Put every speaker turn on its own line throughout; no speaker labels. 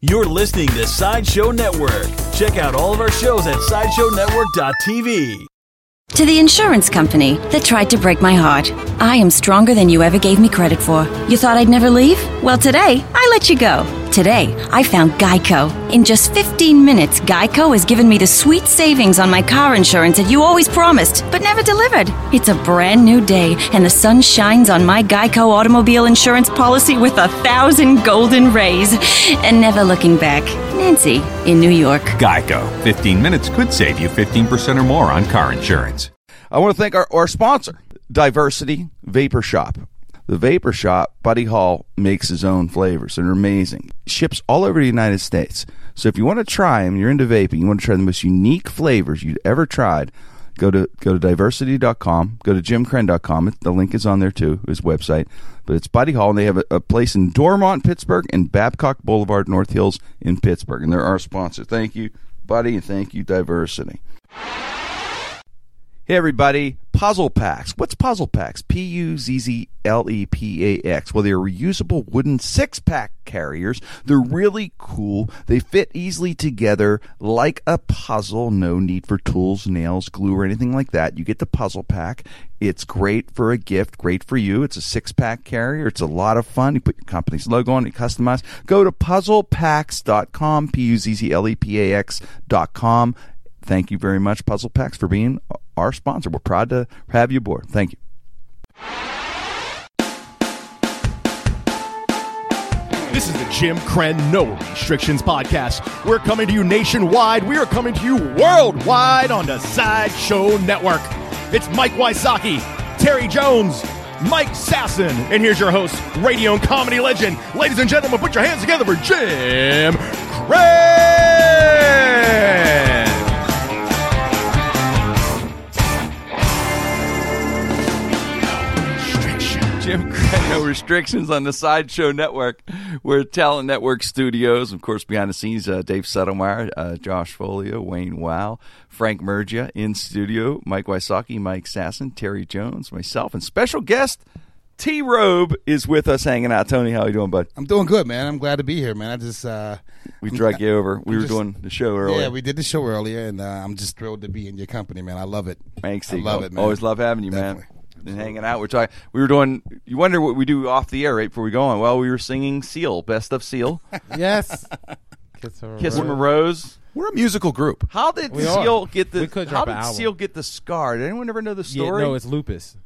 You're listening to Sideshow Network. Check out all of our shows at SideshowNetwork.tv.
To the insurance company that tried to break my heart. I am stronger than you ever gave me credit for. You thought I'd never leave? Well, today, I let you go. Today, I found Geico. In just 15 minutes, Geico has given me the sweet savings on my car insurance that you always promised, but never delivered. It's a brand new day, and the sun shines on my Geico automobile insurance policy with a thousand golden rays. And never looking back. Nancy, in New York.
Geico. 15 minutes could save you 15% or more on car insurance.
I want to thank our, our sponsor, Diversity Vapor Shop. The Vapor Shop, Buddy Hall, makes his own flavors. They're amazing. Ships all over the United States. So if you want to try them, you're into vaping, you want to try the most unique flavors you've ever tried, go to go to diversity.com, go to jimcren.com. It- The link is on there too, his website. But it's Buddy Hall, and they have a, a place in Dormont, Pittsburgh, and Babcock Boulevard, North Hills in Pittsburgh. And they're our sponsor. Thank you, Buddy, and thank you, Diversity. Hey everybody, Puzzle Packs. What's Puzzle Packs? P U Z Z L E P A X. Well, they're reusable wooden six pack carriers. They're really cool. They fit easily together like a puzzle. No need for tools, nails, glue, or anything like that. You get the puzzle pack. It's great for a gift, great for you. It's a six pack carrier. It's a lot of fun. You put your company's logo on it, customize. Go to puzzlepacks.com, P U Z Z L E P A X.com thank you very much, Puzzle Packs, for being our sponsor. We're proud to have you aboard. Thank you.
This is the Jim Crenn No Restrictions Podcast. We're coming to you nationwide. We are coming to you worldwide on the Sideshow Network. It's Mike Wysocki, Terry Jones, Mike Sasson, and here's your host, radio and comedy legend. Ladies and gentlemen, put your hands together for Jim Crenn.
Jim Creno restrictions on the Sideshow Network. We're at Talent Network Studios. Of course, behind the scenes, uh, Dave Settlemeyer, uh, Josh Folio, Wayne Wow, Frank Mergia in studio, Mike Wysocki, Mike Sasson, Terry Jones, myself, and special guest T Robe is with us hanging out. Tony, how you doing, bud?
I'm doing good, man. I'm glad to be here, man. I just uh,
We dragged you over. We were
just-
doing the show earlier.
yeah, we did the show earlier, and uh, I'm just thrilled to be in your company, man. I love it.
Thanks,
I
Eagle.
love it, man.
Always love having you, man.
Definitely.
And hanging out. We're talking. We were doing. You wonder what we do off the air right before we go on. Well, we were singing Seal, best of Seal,
Yes.
Kiss from a Rose.
We're a musical group.
How did
We are.
Seal get the?
We could
how
drop an
did
album.
Seal get the scar? Did anyone ever know the story?
no, it's lupus.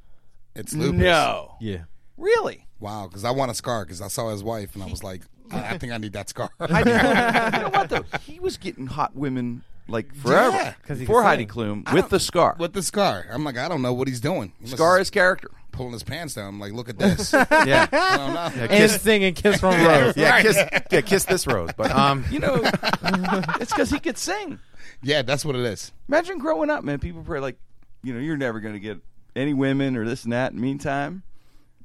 It's lupus.
No.
Yeah.
really.
Wow, because I want a scar because I saw his wife, and I was like, I, I think I need that scar.
I didn't- you know what though? He was getting hot women like forever.
Yeah,
'cause he
before
could
Heidi
sing.
Klum with the scar.
With the scar, I'm like, I don't know what he's doing. He must
scar
be
is character.
pulling his pants down. I'm like, look at this.
Yeah.
I don't know.
And singing Kiss from a Rose.
Yeah, kiss, yeah, kiss this rose. But um,
you know, it's because he could sing.
Yeah, that's what it is.
Imagine growing up, man. People pray like, you know, you're never going to get any women or this and that. In the meantime,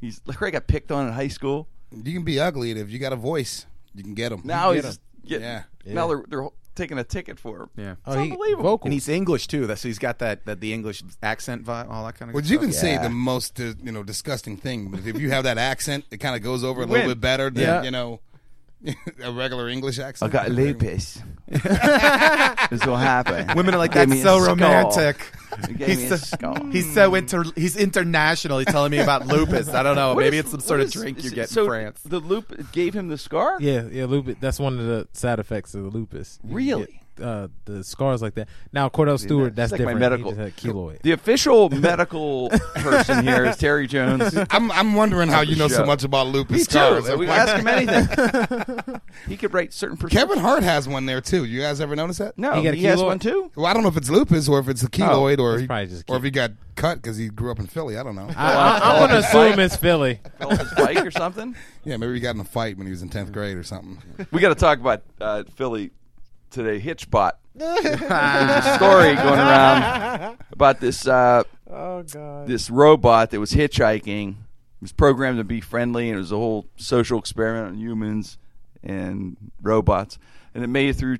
he's like, I got picked on in high school.
You can be ugly, and if you got a voice, you can get him.
Now
You can
he's
get 'em.
getting,
yeah.
now they're they're taking a ticket for him.
yeah,
Oh, he-
unbelievable.
vocal.
and he's English too. That's so he's got that, that the English accent vibe, all that kind of.
Well,
good
you
stuff.
can say the most uh, you know disgusting thing, but if you have that accent, it kind of goes over a
Win.
little bit better than
Yeah.
you know a regular English accent.
lupus. this will happen.
Women are like
Give
that's
me a
so
skull.
romantic.
He gave me
He's
a
so,
skull.
he's so inter. He's international. He's telling me about lupus. I don't know.
What
Maybe
is-
oh, it's some sort
what
of
is-
drink
is
you
it-
get
so
in France.
The loop gave him the scar.
Yeah, yeah, lupus. That's one of the side effects of the lupus. You
Really?
get, uh, the scars like that. Now, Cordell Stewart, that's
like my
different.
medical-
He just had keloid.
The official medical person here is Terry Jones.
I'm I'm wondering how you know
Sure.
so much about lupus
Me
scars.
too. We
I'm like-
ask him anything. he could write certain. prescriptions.
Kevin Hart has one there too. You guys ever notice that?
No,
He got
he,
a
has
keloid?
one too.
Well, I don't know if it's lupus or if it's a keloid or
it's
he-
probably just
or if he got cut because he grew up in Philly. I don't know.
Ah.
I, I, am going to assume it's Philly.
Fell off his bike or something.
yeah, maybe he got in a fight when he was in tenth grade or something.
We got to talk about uh, Philly today. Hitchbot. There's a story going around about this uh,
Oh, God.
this robot that was hitchhiking. It was programmed to be friendly, and it was a whole social experiment on humans and robots. And it made it through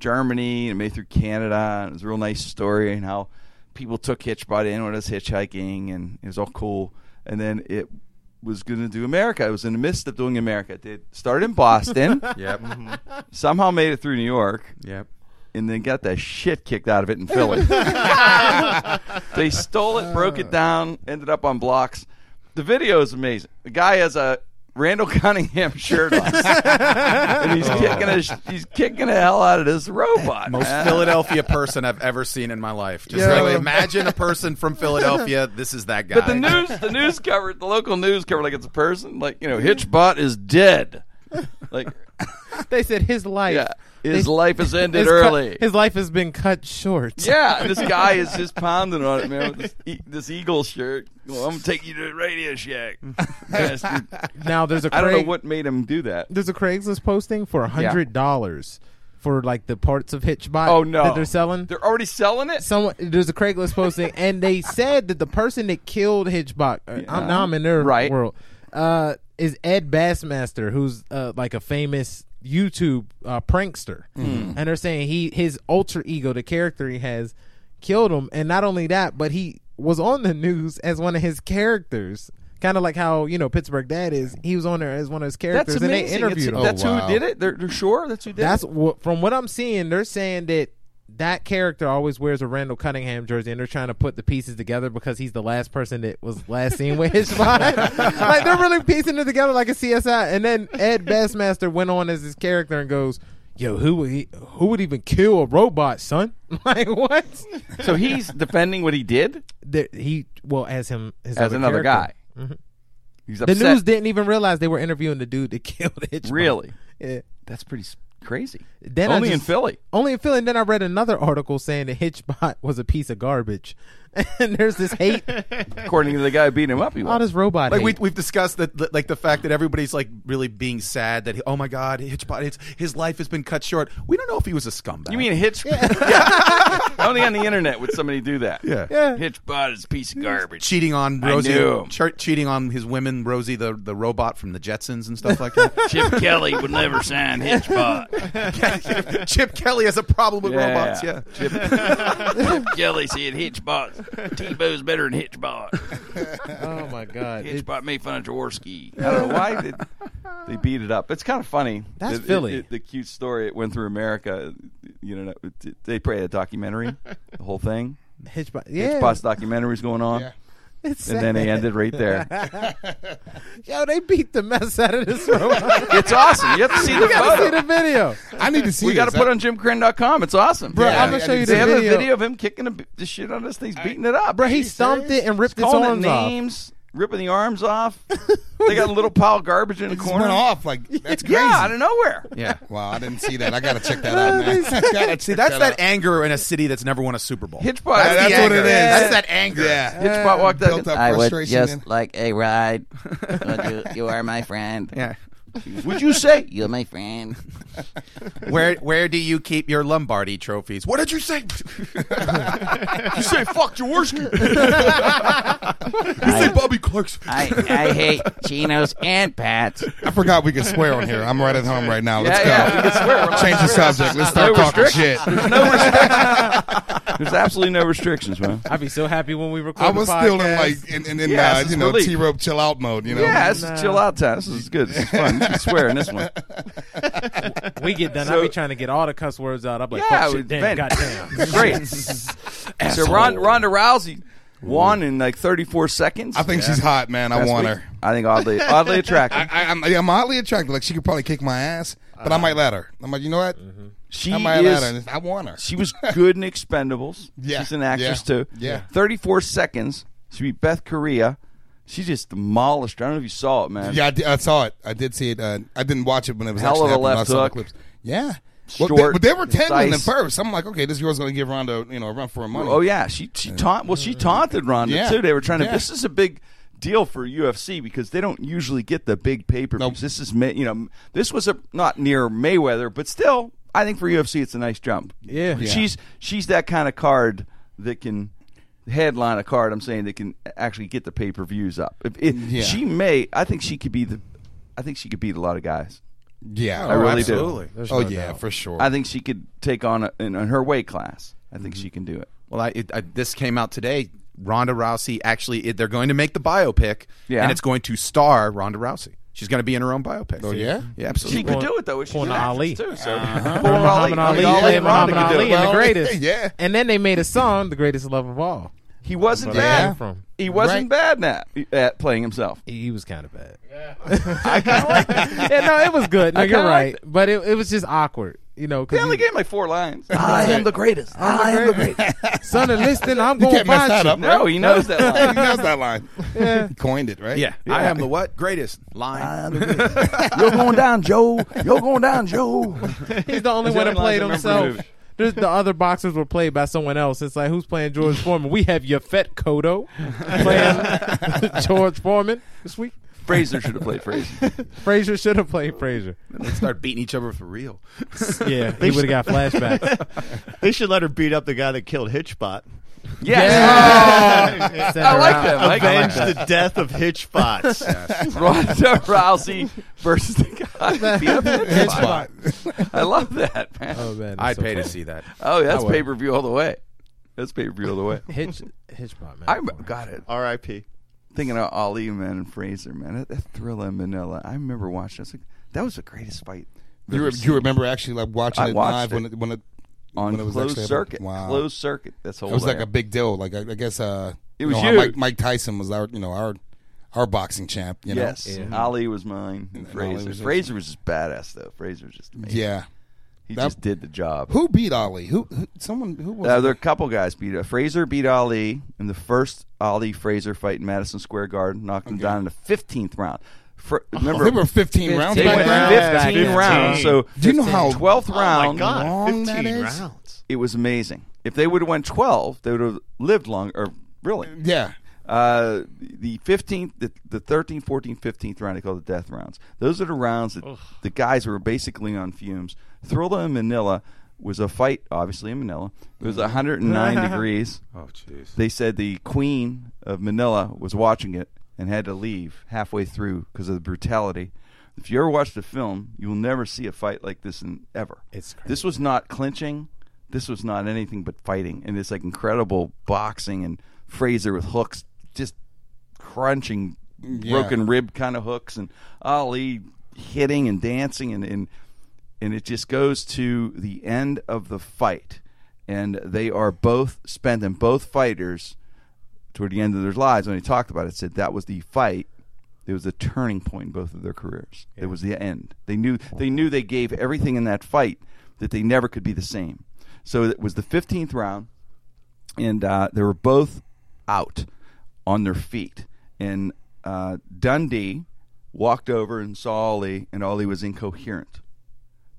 Germany, and it made it through Canada. And it was a real nice story, and how people took Hitchbot in when it was hitchhiking, and it was all cool. And then it was going to do America. I was in the midst of doing America. I did start in Boston,
Yep.
somehow made it through New York,
Yep.
and then got the shit kicked out of it in Philly. they stole it, broke it down, ended up on blocks. The video is amazing. The guy has a Randall Cunningham shirt on, and he's kicking a, he's kicking the hell out of this robot.
Oh. Most
man.
Philadelphia person I've ever seen in my life. Just
Yeah.
like imagine a person from Philadelphia. This is that guy.
But the news, the news covered, the local news covered like it's a person. Like you know, Hitchbot is dead. Like
They said his life.
yeah, his life has ended
his cut-
early.
his life has been cut short.
yeah, and this guy is just pounding on it, man. With this, e- this eagle shirt. Well, I'm gonna take you to Radio Shack. Bastard.
Now there's a Craig,
I don't know what made him do that.
there's a Craigslist posting for a hundred dollars for like the parts of Hitchbot.
Oh no,
that they're selling.
They're already selling it.
Someone there's a Craigslist posting, and they said that the person that killed Hitchbot. uh, I'm, now I'm in their
Right.
world. Uh, is Ed Bassmaster, who's uh, like a famous YouTube uh, prankster,
Hmm.
and they're saying he his alter ego, the character he has, killed him, and not only that, but he was on the news as one of his characters. Kind of like how you know Pittsburgh Dad is. He was on there as one of his characters,
That's
and
amazing.
they interviewed
It's-
him.
that's who did it. They're, they're sure that's who did
Oh, That's
it.
what from what I'm seeing. They're saying that that character always wears a Randall Cunningham jersey, and they're trying to put the pieces together because he's the last person that was last seen with his spot. like they're really piecing it together like a CSI. And then Ed Bassmaster went on as his character and goes. Yo, who would he, who would even kill a robot, son? like what?
So he's defending what he did
That he well as him his
as
other
another guy.
character. Mm-hmm.
He's
The
upset.
news didn't even realize they were interviewing the dude that killed Hitchcock.
Really?
Yeah.
That's pretty s- crazy.
Then I
Only in
just-
Philly.
Only in Philly. And then I read another article saying that Hitchbot was a piece of garbage. And there's this hate,
According to the guy who beat him up, he
all
was.
this robot
like we,
hate.
we've discussed that like the fact that everybody's like really being sad that oh my god Hitchbot it's, his life has been cut short we don't know if he was a scumbag
You mean Hitch? Yeah. Only on the internet would somebody do that.
Yeah.
Hitchbot is a piece of garbage.
cheating on
I
Rosie
knew him.
che- cheating on his women Rosie the, the robot from the Jetsons and stuff like that
Chip Kelly would never sign Hitchbot.
Chip Kelly has a problem with
Yeah.
robots yeah
Chip, Kelly said Hitchbot. Tebow's better than Hitchbot.
oh my god! It-
made fun of Jaworski. I don't know why they, they beat it up. It's kind of funny.
That's
It- it-
Philly.
it- the cute story it went through America. You know, it- they played a documentary, the whole thing.
Hitchbot, yeah,
Hitchbot's documentary's going on.
It's
And then
sad.
they ended right there.
Yo, they beat the mess out of this robot.
It's awesome. You have to see the
you gotta see
photo.
the video.
I need to see.
We got to
this.
put on JimCren.com. It's awesome.
Bro,
Yeah,
I'm
I- I
gonna show
did
you
see
the
they have a
video.
video of him kicking the, b- the shit out of this thing. He's beating it up.
Bro, he
He's
stomped it and ripped his
calling it
arms off.
names, ripping the arms off. they got a little pile of garbage in the
It just
corner.
went off like that's crazy.
Yeah, out of nowhere.
yeah
Wow, I didn't see that. I gotta check that out, man. I gotta
see
check
that's that
out.
anger in a city that's never won a Super Bowl
Hitchbot.
that's,
That's
the
what
anger.
it is.
that's that anger
Yeah,
Hitchbot walked out.
built up
I would
frustration.
just
and-
like a ride. But you, you are my friend.
yeah
Would you say?
You're my friend.
where where do you keep your Lombardi trophies what did you say you say fuck Jaworski
I,
Bobby Clarkson
I, I hate chinos and pats.
I forgot we could swear on here. I'm right at home right now. Let's
Yeah,
go.
yeah, we can swear. We're
Change the subject. Let's start
No
talking shit.
There's absolutely no restrictions, man.
I'd be so happy when we record.
I
the
was still in
podcast.
like in, in, in
Yeah,
uh,
this
you
is
know
relief.
T rope chill out mode. You know.
Yeah, this is chill out time. This is good. This is fun. You can swear in this one.
we get done. I'd be trying to get all the cuss words out. I'm like,
Yeah,
fuck
we
shit, damn,
vent.
goddamn.
Great. so Ron, Ronda Rousey won in like 34 seconds.
I think she's hot, man. I
last
want
week.
her.
I think oddly, oddly attractive.
I, I'm, yeah, I'm oddly attracted. Like she could probably kick my ass, but I might let her. I'm like, you know what?
Uh-huh. She
I might
is.
let her. I want her.
She was good in Expendables.
Yeah,
She's an actress
yeah,
too.
yeah.
34 seconds. She beat Beth Korea. She just demolished her. I don't know if you saw it, man.
Yeah, I, di- I saw it. I did see it. Uh, I didn't watch it when it was
Hell
actually
of
happening,
a
but I
left
saw the
hook.
Clips. Yeah.
Short,
well, they, but they were tangling at
concise.
first. I'm like, okay, this girl's going to give Rondo, you know, a run for her money.
Oh yeah, she she taunt well she taunted Ronda
Yeah.
too. They were trying to.
Yeah.
This is a big deal for UFC because they don't usually get the big pay per views.
Nope.
This is Ma- you know this was a not near Mayweather, but still I think for UFC it's a nice jump.
Yeah. Yeah.
she's she's that kind of card that can headline a card. I'm saying that can actually get the pay per views up. If, if
Yeah.
she may, I think she could be the. I think she could beat a lot of guys.
Yeah.
I really
absolutely.
do.
There's
Oh
no
yeah,
doubt.
for sure.
I think she
Mm-hmm.
could take on a, in, in her weight class. I think she can do it.
Well, I, it, I this came out today. Ronda Rousey actually it- they're going to make the biopic,
Yeah.
and it's going to star Ronda Rousey. She's going to be in her own biopic. Oh
yeah?
yeah,
She
absolutely.
could do it though. She's
Pulling
an
an
actress,
Ali.
too. So
Remember
Muhammad
Muhammad Ali,
Ali
yeah,
and
Muhammad
Ronda could do
Ali,
it.
and the
Well,
greatest.
yeah.
And then they made a song, "The Greatest Love of All."
He wasn't
Where they came
bad.
from.
He wasn't bad at, at playing himself.
He was kind of bad. yeah, no, it was good. No,
kinda
you're right,
liked
but it, it was just awkward. You know,
They
because
only gave him like four lines. I am the greatest. I am the greatest.
son of listening, I'm going to
can't mess
find
that
you.
up.
No, he knows that line.
That's that line. He coined it, right?
Yeah. I am the what greatest line.
You're going down, Joe. You're going down, Joe.
He's the
That's the
only one that
only
played
lines I remember
himself. There's the other boxers were played by someone else. It's like who's playing George Foreman? We have Yafet Kodo playing George Foreman this week.
Fraser should have played Fraser.
Frazier should have played Frazier.
they start beating each other for real.
Yeah, he would have got flashbacks.
They should let her beat up the guy that killed Hitchbot.
Yes.
Send
I
her
like
out.
that. Mike. I
Avenge
like that.
the death of Hitchbot.
Ronda Rousey versus the guy. beat up Hitchcock.
Spot.
I love that, man.
Oh man,
I'd
so
pay to
funny.
see that.
Oh, that's
would.
pay per view all the way. That's pay per view all the way.
Hitch, Hitchbot, man.
I rem- got it.
R.I.P.
Thinking of Ali man and Fraser man, that, that Thriller in Manila. I remember watching. This. That was the greatest fight. I've
You,
ever
re-
seen.
you remember actually like watching
I
it live
watched
when
it.
it when it
on
when it was
closed
actually-
circuit.
Wow.
Closed circuit. That's the whole.
It was
way
like a
up.
big deal. Like I, I guess uh,
Oh, It
you
was
know, how
huge.
Mike, Mike Tyson was our you know our our boxing champ. You know?
Yes, Ali was mine. And
Ali
Fraser.
was-
Fraser was just badass though. Fraser was just amazing.
Yeah.
he
that-
just did the job.
Who beat Ali? Who? who someone who was?
Uh,
it?
there are a couple guys beat uh, Fraser beat Ali in the first Ali Fraser fight in Madison Square Garden, knocked him down in the fifteenth round. Fr- remember,
Oh, they were 15, rounds
they
back
went
then.
rounds.
fifteen,
back then.
rounds. So
Do you know how?
twelfth round,
Oh my God,
long that
15
is.
rounds.
it was amazing. If they would have won twelve, they would have lived longer. Or really,
Yeah.
Uh, the 15th, the, the 13th, 14th, 15th round, they call the death rounds. Those are the rounds that the guys were basically on fumes. Thrilla in Manila was a fight, obviously, in Manila. It was 109 degrees.
Oh jeez.
They said the queen of Manila was watching it and had to leave halfway through because of the brutality. If you ever watch the film, you will never see a fight like this in ever.
It's crazy.
This was not clinching. This was not anything but fighting, and it's like incredible boxing and Fraser with hooks, just crunching, broken rib kind of hooks, and Ali hitting and dancing, and and, and it just goes to the end of the fight, and they are both spending both fighters toward the end of their lives when they talked about it said that was the fight it was the turning point in both of their careers it was the end they knew they knew they gave everything in that fight that they never could be the same so it was the 15th round and uh, they were both out on their feet and uh, dundee walked over and saw ollie and ollie was incoherent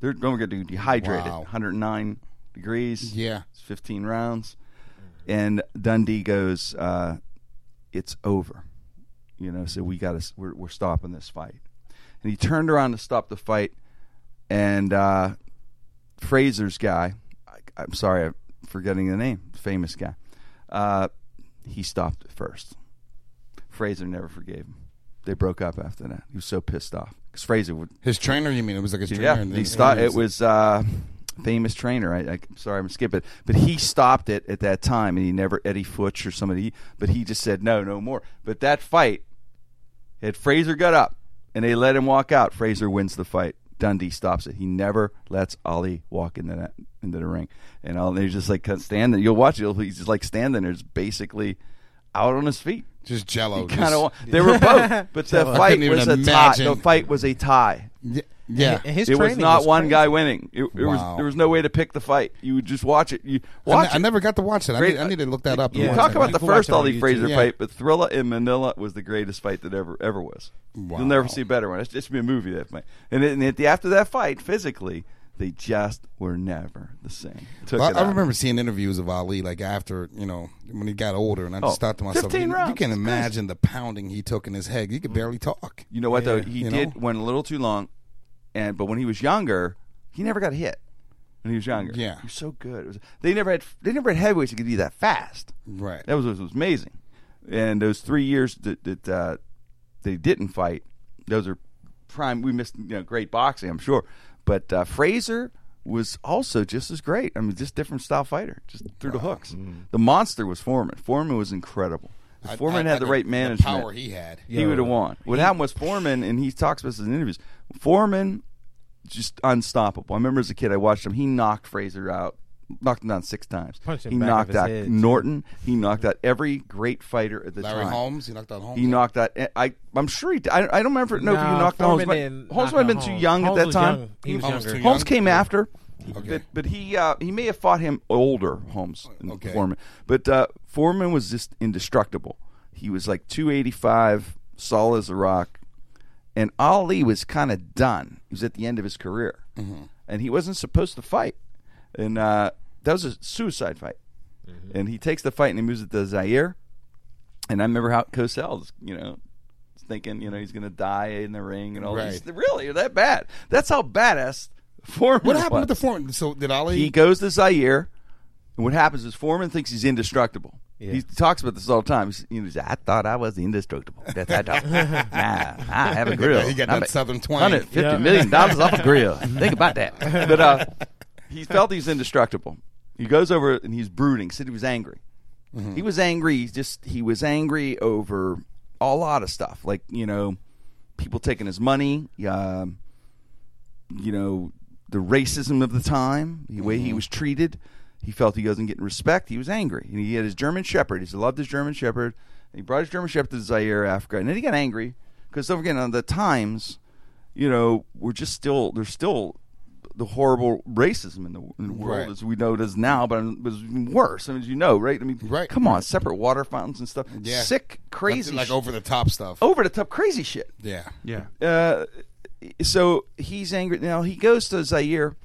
they're don't get dehydrated
Wow.
109 degrees
Yeah.
it's 15 rounds. And Dundee goes, uh, it's over. You know, so we got to, we're, we're stopping this fight. And he turned around to stop the fight. And uh, Fraser's guy, I, I'm sorry, I'm forgetting the name, famous guy, uh, he stopped it first. Fraser never forgave him. They broke up after that. He was so pissed off. Because Fraser would
His trainer, you mean? It was like his trainer.
yeah,
and
he
then-
stopped. It was uh, famous trainer. I, I sorry, I'm skipping, it. but he stopped it at that time, and he never Eddie Futch or somebody. But he just said no, no more. But that fight, had Fraser got up and they let him walk out, Fraser wins the fight. Dundee stops it. He never lets Ali walk into that into the ring, and all he's just like standing. You'll watch it. He's just like standing there, just basically out on his feet.
just Jello.
Kind
just-
of. They were both, but the
I
fight
couldn't even
was a tie. The
imagine.
fight was a tie
Yeah. yeah.
And his
it was
training
not one
crazy.
guy winning. It, it was
Wow.
there was no way to pick the fight. You would just watch it. You
I,
watch.
ne- I
it.
never got to watch it. I
Great-
need, I need to look that up. and
You
watch
talk
it.
about the
can watch
first
it on
Ollie
YouTube.
Fraser
Yeah.
fight, but Thrilla in Manila was the greatest fight that ever ever was. You'll never see a better one. It's just be a movie that fight. And, then- and at the, after that fight, physically, they just were never the same. Took
Well,
it
I, I
out.
remember seeing interviews of Ali, like after you know when he got older, and I
Oh,
just thought to myself,
15
you,
rounds.
you can
It's crazy.
imagine the pounding he took in his head. You could barely talk.
You know what though? He
you
did
know?
went a little too long, and but when he was younger, he never got hit. When he was younger,
Yeah.
he was so good. It was, they never had they never had heavyweights that could be that fast.
Right.
That was, was amazing. And those three years that, that uh, they didn't fight, those are prime. We missed you know, great boxing, I'm sure. But uh, Fraser was also just as great. I mean, just different style fighter, just through the hooks. The monster was Foreman. Foreman was incredible. If
Mm-hmm. I-
Foreman
I-
had
I
the
could-
right
the
management.
power he had.
he would have won. What happened was Foreman, and he talks about this in interviews. Foreman, just unstoppable. I remember as a kid, I watched him. He knocked Fraser out, knocked him down six times.
Punched him
he
back of
knocked
his
out
head, too.
Norton. He knocked out every great fighter at the
Larry
time.
Holmes, he knocked out Holmes.
He knocked out. I I'm sure he. Did. I I don't remember. No, if he
No,
knocked out Holmes.
Foreman
but
didn't
Holmes
knock
might have
out
been too
Holmes.
young
Holmes
at that
was
time.
young. He was
Holmes was
younger.
too young.
Holmes came after.
Okay. Oh,
But, but he uh, he may have fought him older Holmes than
Okay.
Foreman. But uh, Foreman was just indestructible. He was like 285, solid as a rock, and Ali was kind of done. He was at the end of his career,
Mm-hmm.
and he wasn't supposed to fight. And uh, that was a suicide fight. Mm-hmm. And he takes the fight and he moves it to Zaire. And I remember how Cosell's, you know, thinking, you know, he's going to die in the ring and all
Right.
these. Really, that bad? That's how badass Foreman.
What happened
was.
with the Foreman? So did Ali?
He goes to Zaire, and what happens is Foreman thinks he's indestructible. He talks about this all the time. He's, you know, he's, I thought I was indestructible. That's I thought. nah, I have a grill.
He got
I'm
that
a-
southern twang.
Hundred fifty million dollars off a grill. Think about that. But uh, he felt he's indestructible. He goes over and he's brooding. Said he was angry.
Mm-hmm.
He was angry. He's just he was angry over a lot of stuff, like you know, people taking his money. Um, you know the racism of the time, the way he
Mm-hmm.
was treated. He felt he wasn't getting respect. He was angry, and he had his German Shepherd. He loved his German Shepherd. He brought his German Shepherd to Zaire, Africa, and then he got angry because don't forget, on the times, you know, we're just still there's still the horrible racism in the, in the world
Right.
as we know it is now, but it was even worse. I mean, as you know, right? I mean,
Right.
Come on, separate water fountains and stuff.
Yeah.
Sick, crazy, Oh.
like
sh-
over the top stuff.
over the top, crazy shit
Yeah.
Yeah.
uh, so he's angry now. He goes to Zaire,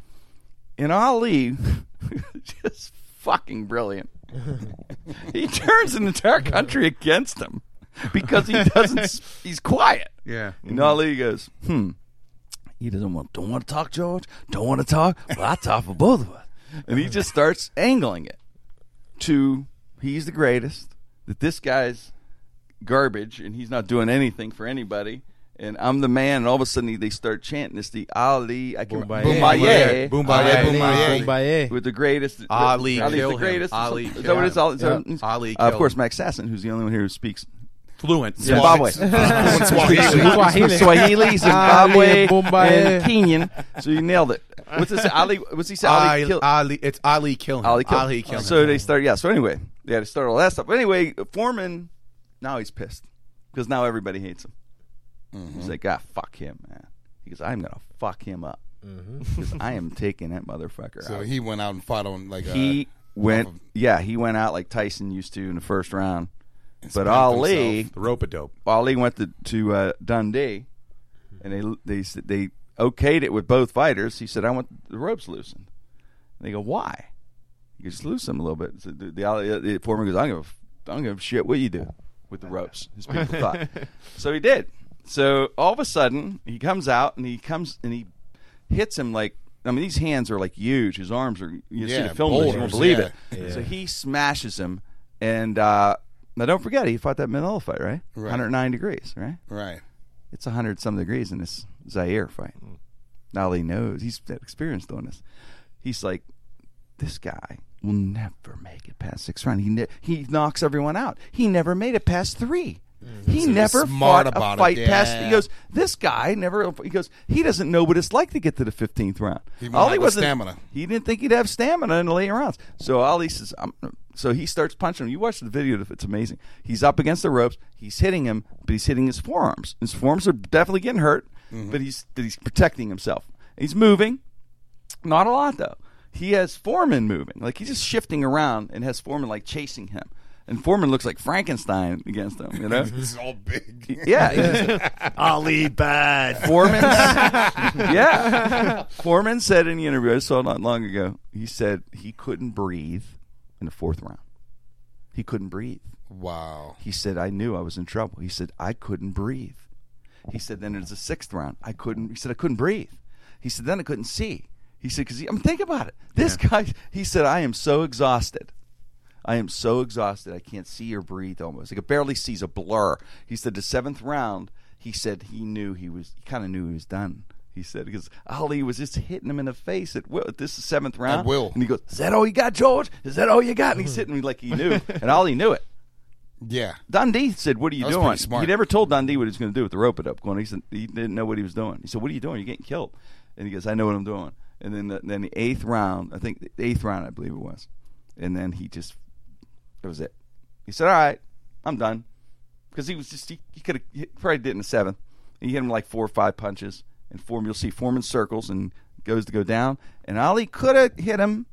and Ali, just fucking brilliant. he turns an entire country against him because he doesn't. He's quiet.
Yeah.
And Ali goes, hmm. He doesn't want don't want to talk, George. Don't want to talk. Well, I talk for both of us. And he just starts angling it to he's the greatest. That this guy's garbage and he's not doing anything for anybody. And I'm the man. And all of a sudden, they start chanting this: the Ali, I can
Boombaye.
Boombaye,
Boombaye. Boombaye.
Boombaye.
Boombaye.
with the greatest.
Ali,
Ali's
kill
the
him.
greatest.
Ali,
is that
kill
what it's
him.
all? is that-
Yeah.
Ali,
Uh, of
kill
course,
him.
Max Sasson, who's the only one here who speaks
Fluent.
Zimbabwe.
Swahili.
Swahili, Zimbabwe,
Ali, Bombay.
and Kenyan. So you nailed it. What's this? Ali? What's he say? Ali,
Ali,
kill,
Ali, it's Ali kill him.
Ali, kill.
him.
So they start. Yeah. So anyway, they had to start all that stuff. But anyway, Foreman now he's pissed because now everybody hates him. He's like, ah, fuck him, man. He goes, I'm gonna fuck him up because I am taking that motherfucker
So
out.
he went out and fought on like uh,
He went. yeah, he went out like Tyson used to in the first round. But
himself.
Ali,
the rope a dope.
Ali went to, to uh, Dundee, and they they s- they okayed it with both fighters. He said, "I want the ropes loosened." And they go, "Why?" You just loosen them a little bit. So the, the, Ali- uh, the foreman goes, "I don't give a, f- I don't give a shit what you do with the ropes." His people thought. So he did. So all of a sudden, he comes out and he comes and he hits him like. I mean, these hands are like huge. His arms are. You see
Yeah,
the film, you won't
boulders,
believe
yeah.
it. So he smashes him, and uh, now don't forget, he fought that Manila fight, right?
Right.
109 degrees, right?
right.
It's 100 some degrees in this Zaire fight.
Mm.
Ali knows. He's had experience doing this. He's like, this guy will never make it past six rounds. He, ne- he knocks everyone out. He never made it past three.
Mm.
He never
smart
fought
about
a
it,
fight past.
yeah.
He goes, this guy never. He goes, he doesn't know what it's like to get to the fifteenth round.
He won't
Ali
have the
wasn't
stamina.
He didn't think he'd have stamina in the later rounds. So Ali says, I'm, so he starts punching him. You watch the video; it's amazing. He's up against the ropes. He's hitting him, but he's hitting his forearms. His forearms are definitely getting hurt,
Mm-hmm.
but he's but he's protecting himself. He's moving. Not a lot though. He has Foreman moving, like he's just shifting around and has Foreman like chasing him, and Foreman looks like Frankenstein against him. You know?
This is all big.
yeah, he's just-
Ali bad.
Foreman, yeah. Foreman said in the interview I saw not long ago. He said he couldn't breathe in the fourth round. He couldn't breathe.
Wow.
He said I knew I was in trouble. He said I couldn't breathe. He said then there's a sixth round. I couldn't. He said I couldn't breathe. He said then I couldn't see. He said because I'm thinking about it. This guy. He said I am so exhausted. I am so exhausted. I can't see or breathe almost. Like I barely sees a blur. He said the seventh round. He said he knew he was. He kind of knew he was done. He said because Ali was just hitting him in the face at will. This is seventh round.
will.
And he goes, "Is that all you got, George? Is that all you got?" And he's hitting me like he knew, and Ali knew it.
Yeah.
Dundee said, "What are you
That was
doing?"
pretty smart.
He never told Dundee what he was going to do with the rope it up. Going, he said he didn't know what he was doing. He said, "What are you doing? You're getting killed." And he goes, "I know what I'm doing." And then, the, then the eighth round, I think the eighth round, I believe it was, and then he just, that was it. He said, "All right, I'm done," because he was just he, he could have probably did it in the seventh. And he hit him like four or five punches, and Form you'll see Foreman circles and goes to go down, and Ali could have hit him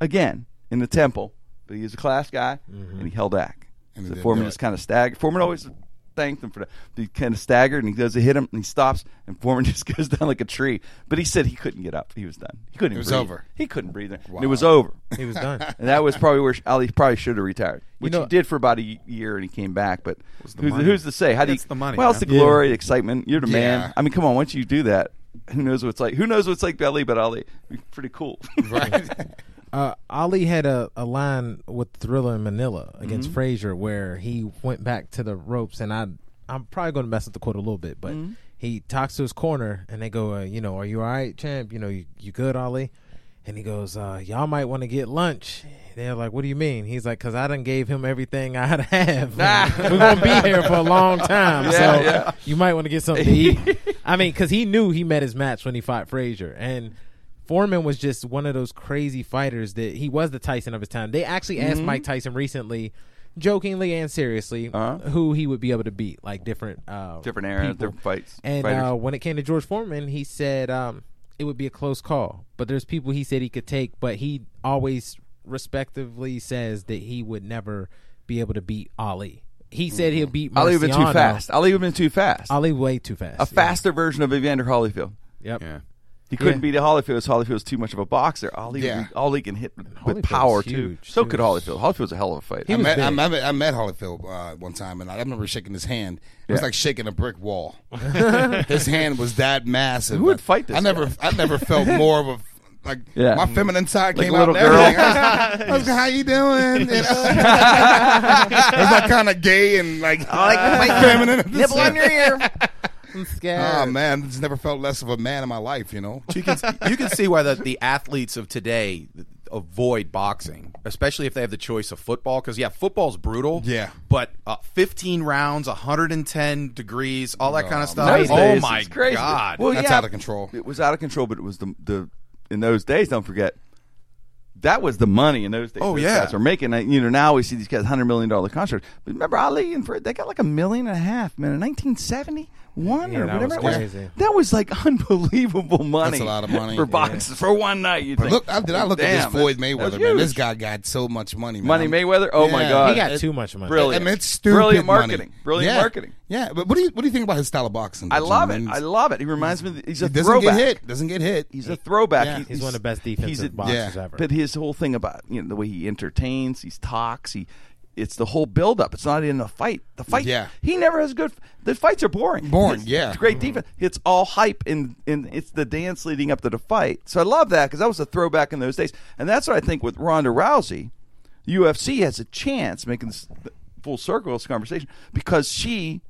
again in the temple, but he was a class guy and he held back.
Mm-hmm. And he
so
didn't
Foreman
do it.
just kind of staggered. Foreman always thanked him for that. He kind of staggered and he goes to hit him and he stops and Foreman just goes down like a tree. But he said he couldn't get up. He was done. He couldn't.
It was
breathe.
over.
He couldn't breathe. And it was over.
He was done.
And that was probably where Ali probably should have retired, which
know-
he did for about a y- year, and he came back. But who's, who's to say? How do you?
It's the money,
Well, it's the
man.
glory, the excitement. You're the
Yeah.
man. I mean, come on. Once you do that, who knows what's like? Who knows what's like to Ali? But Ali, pretty cool.
Uh, Ali had a, a line with Thriller in Manila against
Mm-hmm.
Frazier where he went back to the ropes, and I I'm probably going to mess up the quote a little bit, but
Mm-hmm.
he talks to his corner, and they go, uh, you know, are you all right, champ? You know, you, you good, Ali? And he goes, uh, y'all might want to get lunch. They're like, what do you mean? He's like, because I done gave him everything I have. We're going to be here for a long time.
Yeah,
so
yeah.
you might want to get something to eat. I mean, because he knew he met his match when he fought Frazier. And Foreman was just one of those crazy fighters that he was the Tyson of his time. They actually asked
Mm-hmm.
Mike Tyson recently, jokingly and seriously, who he would be able to beat, like different uh,
Uh-huh. different era,
people.
different fights.
And
fighters.
uh, when it came to George Foreman, he said um, it would be a close call. But there's people he said he could take, but he always respectively says that he would never be able to beat Ali. He said he'll beat
Mm-hmm. Ali
Marciano.
would have been too fast. Ali would have been too fast.
Ali way too fast.
a faster version of Evander Holyfield.
Yep.
Yeah.
He couldn't beat Holyfield. 'cause Holyfield's too much of a boxer. Ali,
Yeah.
would be- Ali can hit with, with
Holyfield's
power too.
huge,
So
too.
could Holyfield. Holyfield's a hell of a fight.
I
was
met, I
big.
met I met Holyfield uh, one time, and I remember shaking his hand. It was
Yeah.
like shaking a brick wall. his hand was that massive.
Who would fight this
I never I never felt more of a like
Yeah.
my feminine side
Like
came
a
out.
little
and everything. I was, I was like, "How you doing?" You know? it was like kind of gay and like
Oh,
like feminine. at the
Nibble
same-
on your ear.
Oh man, I just never felt less of a man in my life. You know,
you can you can see why the, the athletes of today avoid boxing, especially if they have the choice of football. Because yeah, football's brutal.
Yeah.
but uh, 15 rounds, 110 degrees, all that kind of
In
stuff.
those
oh
days,
my
it's crazy.
god!
Well,
that's
yeah,
out of control.
It was out of control, but it was the the in those days. Don't forget, that was the money in those days.
Oh,
those
yeah.
guys were making. uh, You know, now we see these guys hundred million dollar contracts. But remember Ali and Fred? They got like a million and a half, man, in nineteen seventy one
Yeah,
or
that
whatever.
was
it
crazy.
That was like unbelievable money.
a lot of money.
for
Yeah.
boxes for one night. You
But
think?
look, I, did I look
Damn,
at this Floyd
that's- that's
Mayweather man?
huge.
This guy got so much money. Man.
Money
I'm-
Mayweather. Oh my
Yeah.
God,
He got
It-
too much money.
brilliant.
I mean, it's stupid
Brilliant
money.
marketing. Brilliant
Yeah.
marketing.
Yeah, but what do you what do you think about his style of boxing?
I
though,
love it.
gentlemen?
I love it. He reminds me. That he's a
He doesn't
throwback.
get hit. Doesn't get hit.
He's a throwback.
Yeah.
He-
He's one of the best
he's
defensive
a-
boxers
yeah.
ever.
But his whole thing about you know the way he entertains, he talks, he it's the whole buildup. It's not in the fight. The fight,
Yeah.
He never has good. The fights are boring.
Boring,
It's-
yeah.
It's great defense. It's all hype and and it's the dance leading up to the fight. So I love that because that was a throwback in those days, and that's what I think with Ronda Rousey, UFC has a chance making this full circle of this conversation because she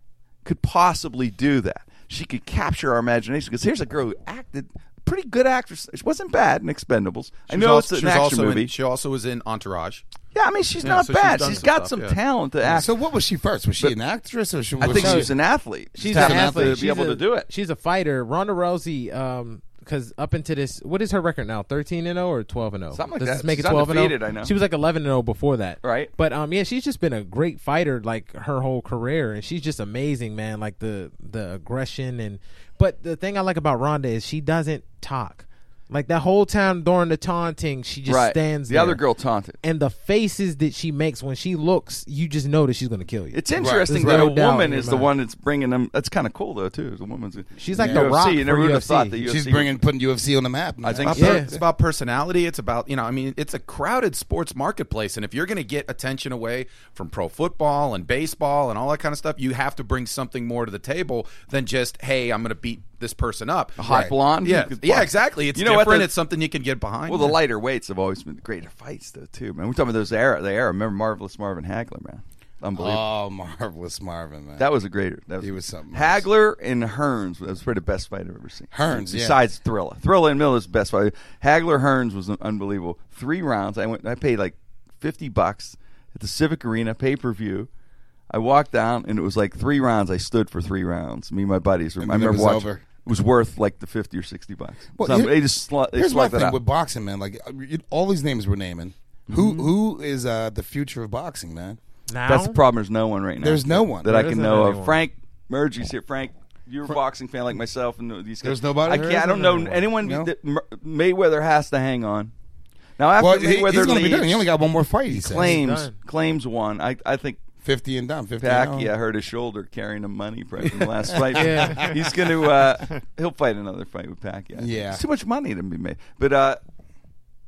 could possibly do that. She could capture our imagination because here's a girl who acted. Pretty good actress. She wasn't bad in Expendables. I
She
know it's
was al-
an
she was
action
also
movie.
In, she also was in Entourage.
Yeah, I mean, she's
Yeah,
not
so she's
bad.
done
she's
some
got
stuff,
some
yeah.
talent to act.
So what was she first? Was she an actress or she? Was
I think
she,
she's an athlete.
She's
Just
an
happens
athlete.
to
She's
be able
a-
to do it.
She's a fighter. Ronda Rousey, um, because up into this, what is her record now? Thirteen and zero or twelve and zero?
Something like
Does
that.
This make
She's
it twelve and
undefeated,
zero.
I know.
She was like eleven and zero before that,
Right.
But um, yeah, she's just been a great fighter like her whole career, and she's just amazing, man. Like the the aggression and, but the thing I like about Ronda is she doesn't talk. Like that whole time during the taunting, she just
right.
stands.
the
there.
other girl taunted.
and the faces that she makes when she looks, you just know that she's gonna kill you.
It's interesting
There's
that
no
a
doubt
woman
in your
is the
mind.
one that's bringing them. That's kind of cool though too. The woman's
She's like
in
The
UFC.
Rock
You never
for
would have
UFC.
thought that UFC.
She's bringing putting UFC on the map.
I think
It's
so.
about-
Yeah.
It's about personality. It's about you know. I mean, it's a crowded sports marketplace, and if you're going to get attention away from pro football and baseball and all that kind of stuff, you have to bring something more to the table than just hey, I'm going to beat this person up. A
hot blonde.
Yeah,
who could
yeah,
fuck.
exactly. It's
You know what,
different.
the-
it's something you can get behind.
Well, the lighter weights have always been the greater fights though too, man. We're talking about those era. The era. Remember marvelous Marvin Hagler, man. unbelievable.
Oh, marvelous Marvin, man.
that was a great. That was,
He was something else.
Hagler and Hearns was probably the best fight I've ever seen.
Hearns, yeah.
besides Thrilla. Thrilla and Miller's best fight. Hagler Hearns was unbelievable. Three rounds. I went. I paid like fifty bucks at the Civic Arena pay per view. I walked down and it was like three rounds. I stood for three rounds. Me and my buddies. I
And then
remember
it was
watching.
over.
It was worth like the fifty or sixty bucks.
Well,
so
here-
they just slu- they
Here's my
slugged that
thing
out.
with boxing, man. Like I- you- all these names we're naming.
Mm-hmm.
Who who is uh, the future of boxing, man?
Now
That's the problem. There's no one right now.
There's no one.
that I
There
can
isn't
know
anyone.
of. Frank Mergy's here. Frank, you're a boxing fan like myself, and these guys.
There's nobody?
I,
There
can't, I don't
isn't
know
anyone.
anyone.
No?
that Mer- Mayweather has to hang on. Now after
Well, he, he's
Mayweather
going to be
leaves,
done. He only got one more fight. He says.
claims
done.
claims one. I I think.
fifty and done. Fifty. and
Pacquiao
oh.
hurt his shoulder carrying the money prize from the last fight.
Yeah.
He's going to uh, he'll fight another fight with Pacquiao.
Yeah.
it's too much money to be made. But uh,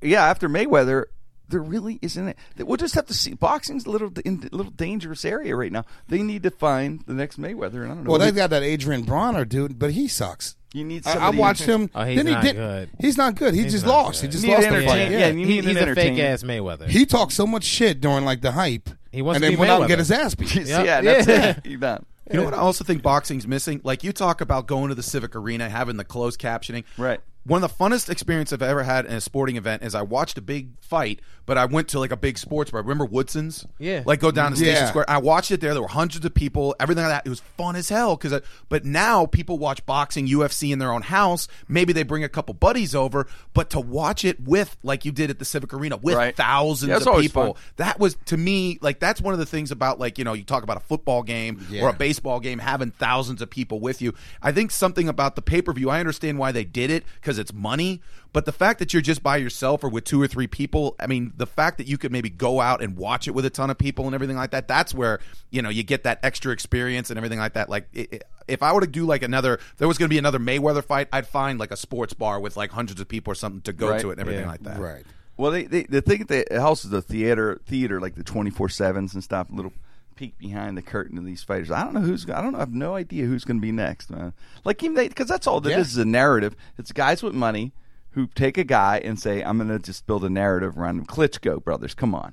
yeah, after Mayweather, there really isn't it. We'll just have to see. Boxing's a little in a little dangerous area right now. They need to find the next Mayweather, and I don't know.
Well, they got that Adrian Bronner dude, but he sucks.
you need
I,
somebody.
I watched him.
Oh, he's
then he
not
did,
good.
He's not good. He
He's
just
not
lost.
good.
He just
Need
lost the
entertain-
fight.
yeah,
Yeah.
you
He-
need an
he's a fake
entertainer.
ass Mayweather.
He talked so much shit during like the hype.
He wants
and
to
then
be
went out and
Mayweather.
get his ass beat.
Yeah,
Yeah,
that's
yeah.
it. You're done.
You know what I also think boxing's missing? Like you talk about going to the Civic Arena, having the closed captioning.
Right.
One of the funnest experience I've ever had in a sporting event is I watched a big fight, but I went to like a big sports bar. Remember Woodson's?
Yeah.
Like go down to Station
Yeah.
Square. I watched it there. There were hundreds of people. Everything like that. It was fun as hell. Because but now people watch boxing, UFC in their own house. Maybe they bring a couple buddies over, but to watch it with like you did at the Civic Arena with
Right.
thousands
Yeah, it's
of
always
people.
fun.
That was to me like that's one of the things about like you know you talk about a football game or a
Yeah.
baseball baseball game having thousands of people with you. I think something about the pay per view, I understand why they did it because it's money, but the fact that you're just by yourself or with two or three people, I mean, the fact that you could maybe go out and watch it with a ton of people and everything like that, that's where, you know, you get that extra experience and everything like that. Like, it, it- if I were to do like another, if there was going to be another Mayweather fight, I'd find like a sports bar with like hundreds of people or something to go
Right.
to it and everything
Yeah.
like that.
Right.
Well, they, they the thing at the house is a theater, theater like the twenty four sevens and stuff. Little peek behind the curtain of these fighters. I don't know who's. I don't know. I have no idea who's going to be next, man. Like him, because that's all. that is
Yeah.
This is a narrative. It's guys with money who take a guy and say, "I'm going to just build a narrative around him." Klitschko brothers, come on.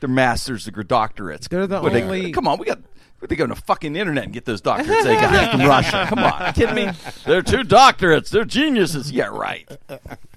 They're masters, they're doctorates.
They're the
What they-
only-
come on, we got. We think go on the fucking internet and get those doctorates they got from Russia. Come on, you kidding me? They're two doctorates. They're geniuses. Yeah, right.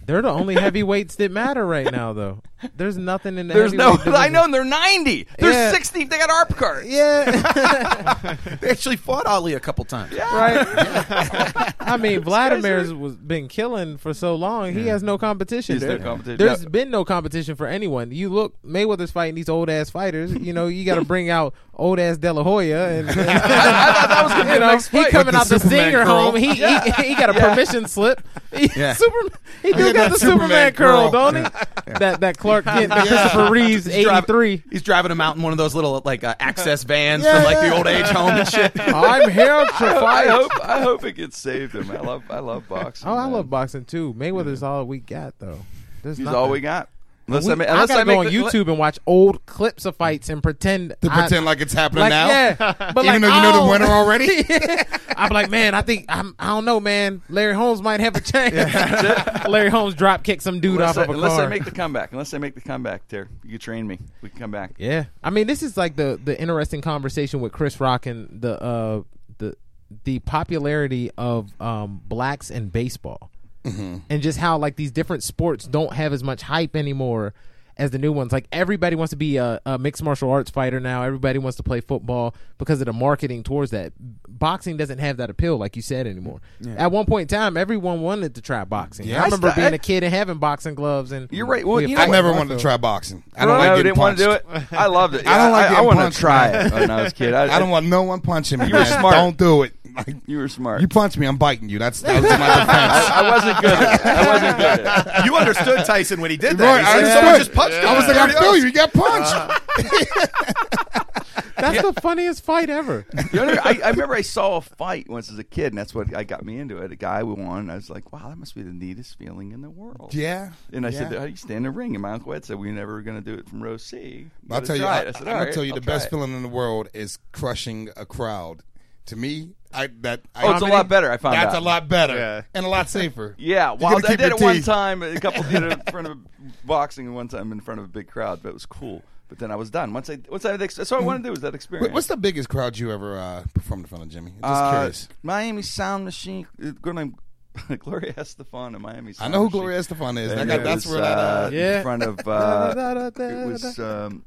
They're the only heavyweights that matter right now, though. There's nothing in the
There's no.
heavyweight
I
division.
know and they're ninety. They're
Yeah.
sixty. They got ARP cards.
Yeah,
They actually fought Ali a couple times. Yeah.
right. I mean, Vladimir's was been killing for so long. He has no competition.
He's no
There-
competition.
There's
No.
been no competition for anyone. You look, Mayweather's fighting these old ass fighters. You know, you got to bring out old ass De La Hoya, and,
that was gonna be
you
the
know,
next
he
fight.
coming
the
out the
Superman
senior
curl.
home. He, he he got a permission slip.
Yeah.
Superman, he do
got
got
that
the Superman,
Superman
curl,
curl.
don't he? That that Clark Kent, that Christopher Reeves,
He's
eighty
driving-
three.
He's driving him out in one of those little like uh, access vans from like the old age home and shit.
I'm here to
I
fight.
hope. I hope it gets saved him. I love. I love boxing.
Oh, I
man.
love boxing too. Mayweather's all we got though. There's
He's
nothing.
all we got. Unless
We-
I, ma-
I
unless
gotta
I make
go on
the-
YouTube and watch old clips of fights and pretend
To
I-
pretend like it's happening
like,
now.
Yeah, but
Even
like,
though you know
oh.
the winner already.
I'm like, man, I think I'm, I don't know, man. Larry Holmes might have a chance. Larry Holmes drop kicked some dude
Unless,
off
I,
of a
unless
car.
I make the comeback. Unless I make the comeback, there you can train me. We can come back.
yeah, I mean, this is like the the interesting conversation with Chris Rock and the uh the the popularity of um blacks in baseball.
Mm-hmm.
and just how like these different sports don't have as much hype anymore as the new ones. Like everybody wants to be a, a mixed martial arts fighter now. Everybody wants to play football because of the marketing towards that. Boxing doesn't have that appeal, like you said anymore. At one point in time, everyone wanted to try boxing. I remember
st-
being
I-
a kid and having boxing gloves. And
You're right. Well,
we-
you know
I
what?
never wanted to try boxing. I don't
No,
like
I
getting
didn't
punched.
want to do it. I loved it.
I don't like
I,
getting
wanted
punched,
to try
man.
it when I was a kid. I,
I don't want no one punching me.
You were
man.
smart.
Don't do it. Like,
You were smart.
you punch me, I'm biting you. That's that was my defense.
I, I wasn't good. At it. I wasn't good. At it.
You understood Tyson when he did
Right,
that.
I
He said,
understood.
someone just punched him.
I was like, I feel you. You got punched.
that's the funniest fight ever.
You know, I, I remember I saw a fight once as a kid, and that's what I got me into it. A guy won. and I was like, wow, that must be the neatest feeling in the world.
yeah.
And I said,
Yeah.
"How do you stand in the ring?" And my uncle Ed said, "We're never going to do it from row C."
I'll
Gotta
tell you.
try
I,
it." I said,
I'll
"All right,
tell you. The
I'll
best
try it."
feeling in the world is crushing a crowd. To me, I that.
Oh,
I,
it's a lot better. I found
That's
out.
a lot better
Yeah.
and a lot safer.
Yeah,
You
well,
gotta
I
keep
did
your
it one
teeth.
time. A couple did it in front of boxing, and one time in front of a big crowd. But it was cool. But then I was done. Once I once I that's what I want to do is that experience.
Wait, Mm. What's the biggest crowd you ever uh, performed in front of, Jimmy? Just
Uh,
curious.
Miami Sound Machine. uh, Girl named Gloria Estefan in Miami. Sound
know who
Machine.
Gloria Estefan is.
And
I got-
it
that's
was,
where that, uh,
uh,
Yeah.
in front of. Uh, it was. Um,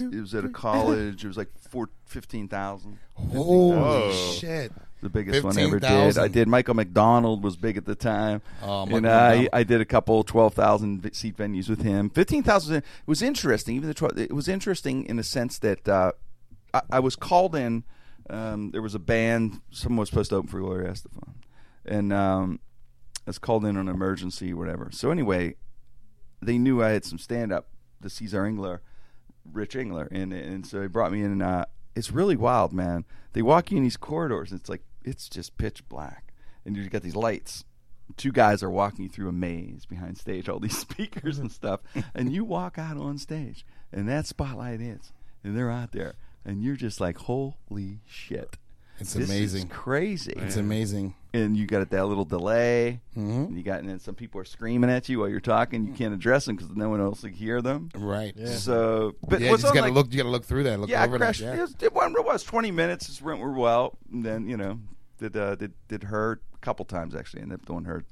It was at a college. It was like four, 15,000.
Holy
15,000.
shit.
The biggest one I ever did.
15,000.
I did. Michael McDonald was big at the time.
Oh, Michael
and I,
McDonald.
I did a couple 12,000 v- seat venues with him. 15,000 it was interesting. Even the 12, it was interesting in the sense that uh, I, I was called in. Um, there was a band. Someone was supposed to open for Gloria Estefan. And um, I was called in on an emergency or whatever. So anyway, they knew I had some stand up. The Cesar Engler, Rich Engler, and and so they brought me in. And uh, it's really wild, man. They walk you in these corridors, and it's like it's just pitch black, and you've got these lights. Two guys are walking you through a maze behind stage, all these speakers
Mm-hmm.
and stuff, and you walk out on stage, and that spotlight is, and they're out there, and you're just like, holy shit.
It's
This is
amazing.
crazy.
It's Mm-hmm. amazing.
And you got that little delay, and you got, and then some people are screaming at you while you're talking. You can't address them because no one else can hear them.
Right. Mm. Yeah.
So, but
Yeah, you
what's
just
on,
gotta
like-
look- you gotta look through that, look
yeah, I
over that,
crashed.
yeah.
It, was, it went it was 20 minutes. It went real well. And then you know, did uh, did did her a couple times actually. Ended up doing her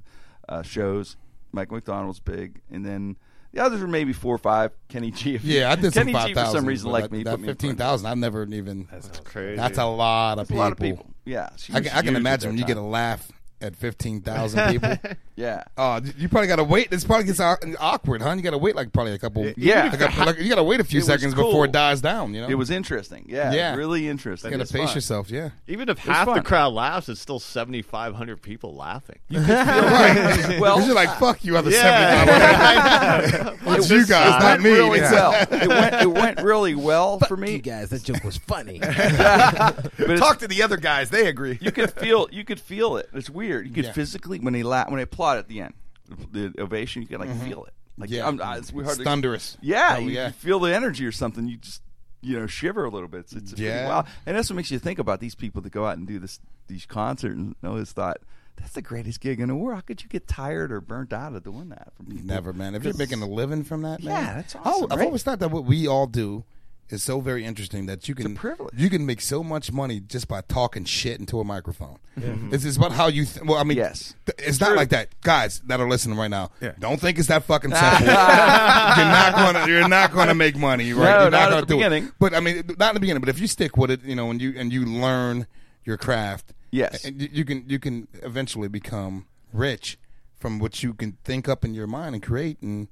uh, shows. Mike McDonald's big, and then the others were maybe four or five. Kenny G.
Yeah, I did some
Kenny
five
G for
thousand.
some reason liked
that,
me.
That
put me in front
fifteen
of-
thousand, I've never even. That's
crazy.
That's a lot of
That's a
people.
lot of people. Yeah, it's
I can, I
huge
can
at
imagine
that
when you get a
time.
laugh at fifteen thousand people.
Yeah.
Oh, you probably got to wait. This probably gets au- awkward, huh? You got to wait like probably a couple.
yeah.
like a- like, you got to wait a
It
few
was
seconds before
cool.
it dies down. You know,
It was interesting. Yeah,
Yeah.
really interesting.
You gotta It's pace fun. yourself, yeah.
Even if
It was
half the
fun.
crowd laughs, it's still 7,500 people laughing.
well,
you're like fuck you other
Yeah.
seventy
It
five. It's you
was-
guys,
it
not
went
me.
really
Yeah.
well.
it went it went really well for me.
You guys, that joke was funny.
Talk
to the other guys; they agree.
You could feel you could feel it. It's weird. You could
Yeah.
physically when they la- when they applaud at the end, the ovation. You can like
Mhm.
feel it. Like
Yeah.
I'm, I, it's hard
It's
to-
thunderous.
Yeah,
Oh,
you,
yeah.
you feel the energy or something. You just you know shiver a little bit. It's, it's
Yeah.
yeah. Wow. And that's what makes you think about these people that go out and do this these concerts. And I always thought that's the greatest gig in the world. How could you get tired or burnt out of doing that? From people?
Never, man. If you're making a living from that, man.
Yeah, that's
Oh,
awesome,
I've
right?
always thought that what we all do is so very interesting that you can
privilege.
you can make so much money just by talking shit into a microphone. It's, it's about how you. Th- well, I mean,
Yes.
th- it's not like that, guys that are listening right now.
Yeah.
Don't think it's that fucking simple. you're not gonna you're not gonna make money, right?
No,
you're
not at
gonna
the
do it.
beginning.
But I mean, not in the beginning. But if you stick with it, you know, and you and you learn your craft,
Yes.
and you, you can you can eventually become rich from what you can think up in your mind and create. And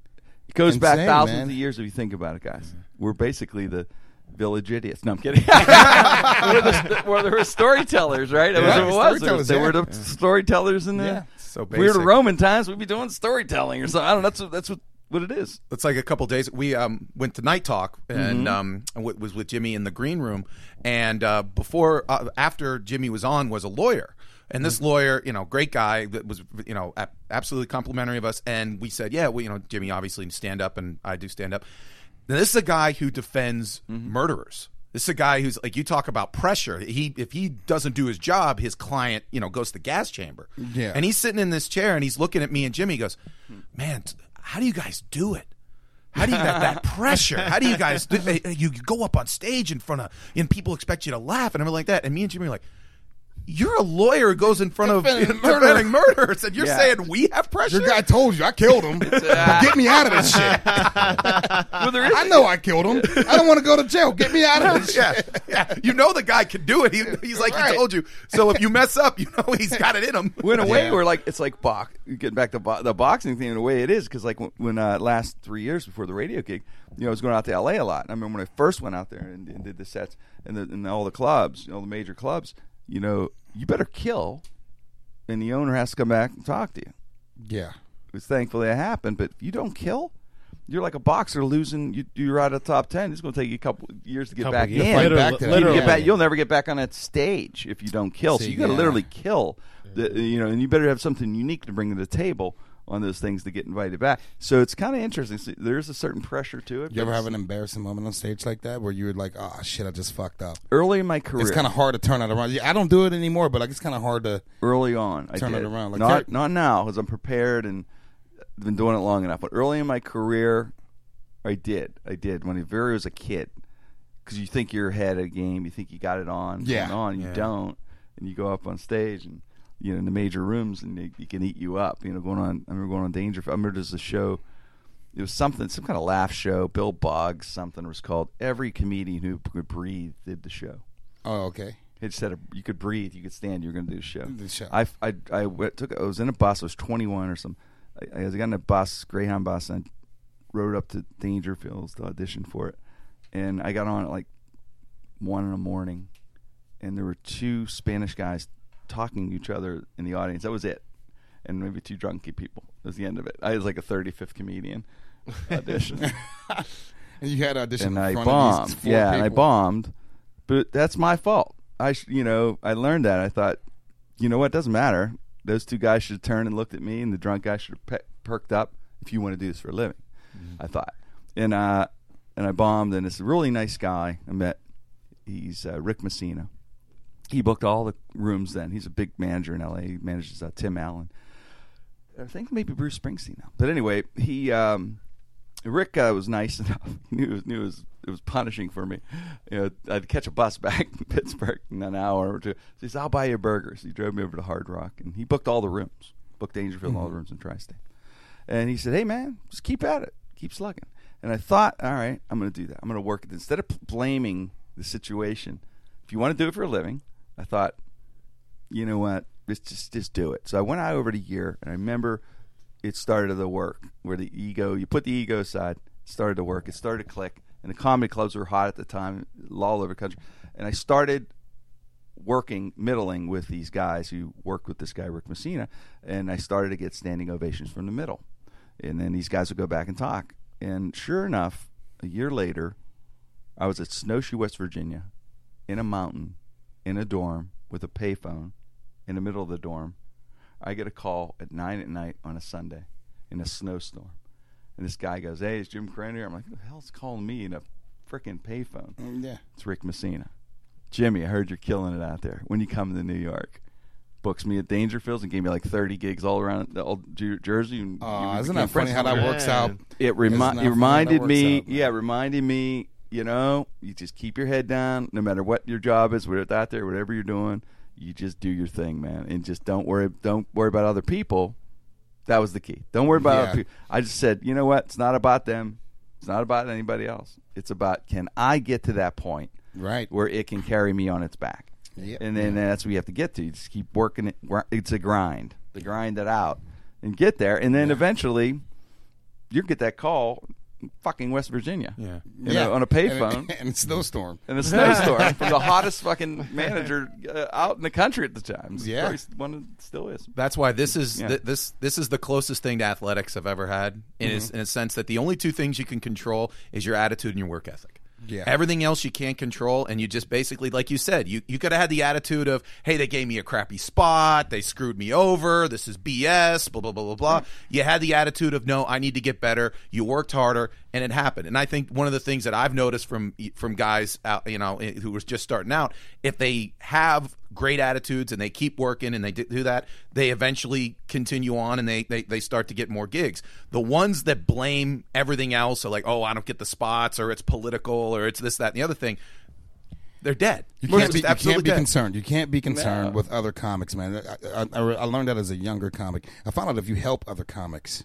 It goes back
insane,
thousands
man.
of years if you think about it, guys. We're basically the village idiots. No, I'm kidding. we're, the, we're the storytellers, right? That was
Right,
what it was.
storytellers,
They were
yeah.
the storytellers in the
Yeah.
So
weird
basic.
Roman times. We'd be doing storytelling or something. I don't know. That's what, that's what, what it is.
It's like a couple days. We um, went to night talk and um, w- was with Jimmy in the green room. And uh, before, uh, after Jimmy was on, was a lawyer. And this lawyer, you know, great guy that was, you know, a- absolutely complimentary of us. And we said, yeah, well, you know, Jimmy obviously stand up, and I do stand up. Now, this is a guy who defends murderers. This is a guy who's like you talk about pressure. He if he doesn't do his job, his client you know goes to the gas chamber.
Yeah.
and he's sitting in this chair and he's looking at me and Jimmy. He goes, man, t- how do you guys do it? How do you that, that pressure? How do you guys do, uh, uh, you go up on stage in front of and people expect you to laugh and everything like that? And me and Jimmy are like. You're a lawyer who goes in front of
Defending
defending
murder."
murderers, and you're
Yeah.
saying we have pressure.
Your guy told you I killed him. Get me out of this shit.
Well, there is.
I know I killed him. I don't want to go to jail. Get me out of this shit.
yeah, yeah. You know the guy can do it. He, he's like
Right.
he told you. So if you mess up, you know he's got it in him.
Well, in a way,
Yeah.
we're like it's like box. Getting back to bo- the boxing thing, in a way, it is because like w- when uh, last three years before the radio gig, you know, I was going out to L.A. a lot. I remember when I first went out there and, and did the sets and, the, and all the clubs, all the major clubs. You know, you better kill, and the owner has to come back and talk to you.
Yeah.
It was thankfully it happened, but if you don't kill. You're like a boxer losing. You, you're out of the top ten. It's going to take you a couple years to get
Couple
back
years.
in.
Fight
Literally-
back to that.
literally.
You will never get back on that stage if you don't kill. so
See,
you got to
yeah.
literally kill. The, you know, and you better have something unique to bring to the table on those things to get invited back. So it's kind of interesting. So there's a certain pressure to it.
You ever
but
have an embarrassing moment on stage like that where you were like, oh, shit, I just fucked up?
early in my career?
It's kind of hard to turn it around. Yeah, I don't do it anymore, but like it's kind of hard to.
early on. I
Turn it
did.
around, like
not
that.
not now because I'm prepared and been doing it long enough. But early in my career, I did. I did. When I very was a kid, because you think you're ahead of the game, you think you got it on,
Yeah.
going on, you
Yeah.
don't, and you go up on stage and you know in the major rooms and they, they can eat you up. You know, going on. I remember going on Dangerfield. I remember there's a show. It was something, some kind of laugh show. Bill Boggs, something was called. Every comedian who could breathe did the show.
Oh, okay.
It said you could breathe, you could stand, you were going to do the show.
The show.
I, I, I went- took. I was in a bus. I was 21 or something. I, I was in a bus, Greyhound bus, and I rode up to Dangerfields to audition for it. And I got on at like one in the morning, and there were two Spanish guys talking to each other in the audience. That was it, and maybe two drunky people. That was the end of it. I was like a 35th comedian audition.
And you had to audition
and
in
I
front
bombed.
of these four
yeah, and I
people.
bombed. But that's my fault. I, sh- you know, I learned that. I thought, you know what? Doesn't matter. Those two guys should have turned and looked at me, and the drunk guy should have pe- perked up. If you want to do this for a living,
Mm-hmm.
I thought. And uh, and I bombed. And it's a really nice guy I met. He's uh, Rick Messina. He booked all the rooms. Then he's a big manager in L.A. He manages uh, Tim Allen. I think maybe Bruce Springsteen now. But anyway, he um, Rick uh, was nice enough. He knew, knew it, was, it was punishing for me. You know, I'd catch a bus back to Pittsburgh in an hour or two. So he says, "I'll buy you a burger." So he drove me over to Hard Rock, and he booked all the rooms, booked Dangerfield all the rooms in Tri-State. And he said, "Hey man, just keep at it, keep slugging." And I thought, "All right, I'm going to do that. I'm going to work it." Instead of p- blaming the situation, if you want to do it for a living, I thought, you know what? Let's just just do it. So I went out over the year, and I remember it started to work. Where the ego, you put the ego aside, it started to work. It started to click, and the comedy clubs were hot at the time, all over the country. And I started working, middling with these guys who worked with this guy Rick Messina, and I started to get standing ovations from the middle. And then these guys would go back and talk. And sure enough, a year later, I was at Snowshoe, West Virginia, in a mountain, in a dorm with a payphone, in the middle of the dorm. I get a call at nine at night on a Sunday, in a snowstorm, and this guy goes, "Hey, it's Jim Cran here." I'm like, "Who the hell's calling me in a freaking payphone?"
yeah.
It's Rick Messina. Jimmy, I heard you're killing it out there. When you come to New York, books me at Dangerfields and gave me like 30 gigs all around the old Jer- Jersey. And
Aw,
we
isn't
became
that
friends.
funny how that works out? Man.
It,
Isn't that
remi-
funny
it
how
reminded
that
me,
works out,
yeah, it reminded me, you know, you just keep your head down no matter what your job is, whether it's out there, whatever you're doing, you just do your thing, man, and just don't worry, don't worry about other people. That was the key. Don't worry about
Yeah.
other people. I just said, you know what? It's not about them. It's not about anybody else. It's about can I get to that point
right
where it can carry me on its back.
Yep.
And then that's what you have to get to. You just keep working it. gr- It's a grind. To grind it out and get there. And then eventually you get that call in fucking West Virginia. Yeah. You
Yeah.
know, on a
And,
payphone.
and a snowstorm.
In a snowstorm from the hottest fucking manager uh, out in the country at the time. It's
Yeah.
probably One that still is.
That's why this is
Yeah.
th- this this is the closest thing to athletics I've ever had. In, is in a sense that the only two things you can control is your attitude and your work ethic.
Yeah.
Everything else you can't control, and you just basically, like you said, you, you could have had the attitude of, "Hey, they gave me a crappy spot, they screwed me over, this is BS," blah blah blah blah blah. You had the attitude of, "No, I need to get better." You worked harder, and it happened. And I think one of the things that I've noticed from from guys out, you know, who was just starting out, if they have great attitudes and they keep working and they d- do that, they eventually continue on and they, they they start to get more gigs. The ones that blame everything else are like, oh, I don't get the spots, or it's political, or it's this, that, and the other thing. They're dead.
You
They're
can't, be,
just
you can't be
dead.
concerned. You can't be concerned
No.
with other comics, man. I, I, I, I learned that as a younger comic. I found out if you help other comics,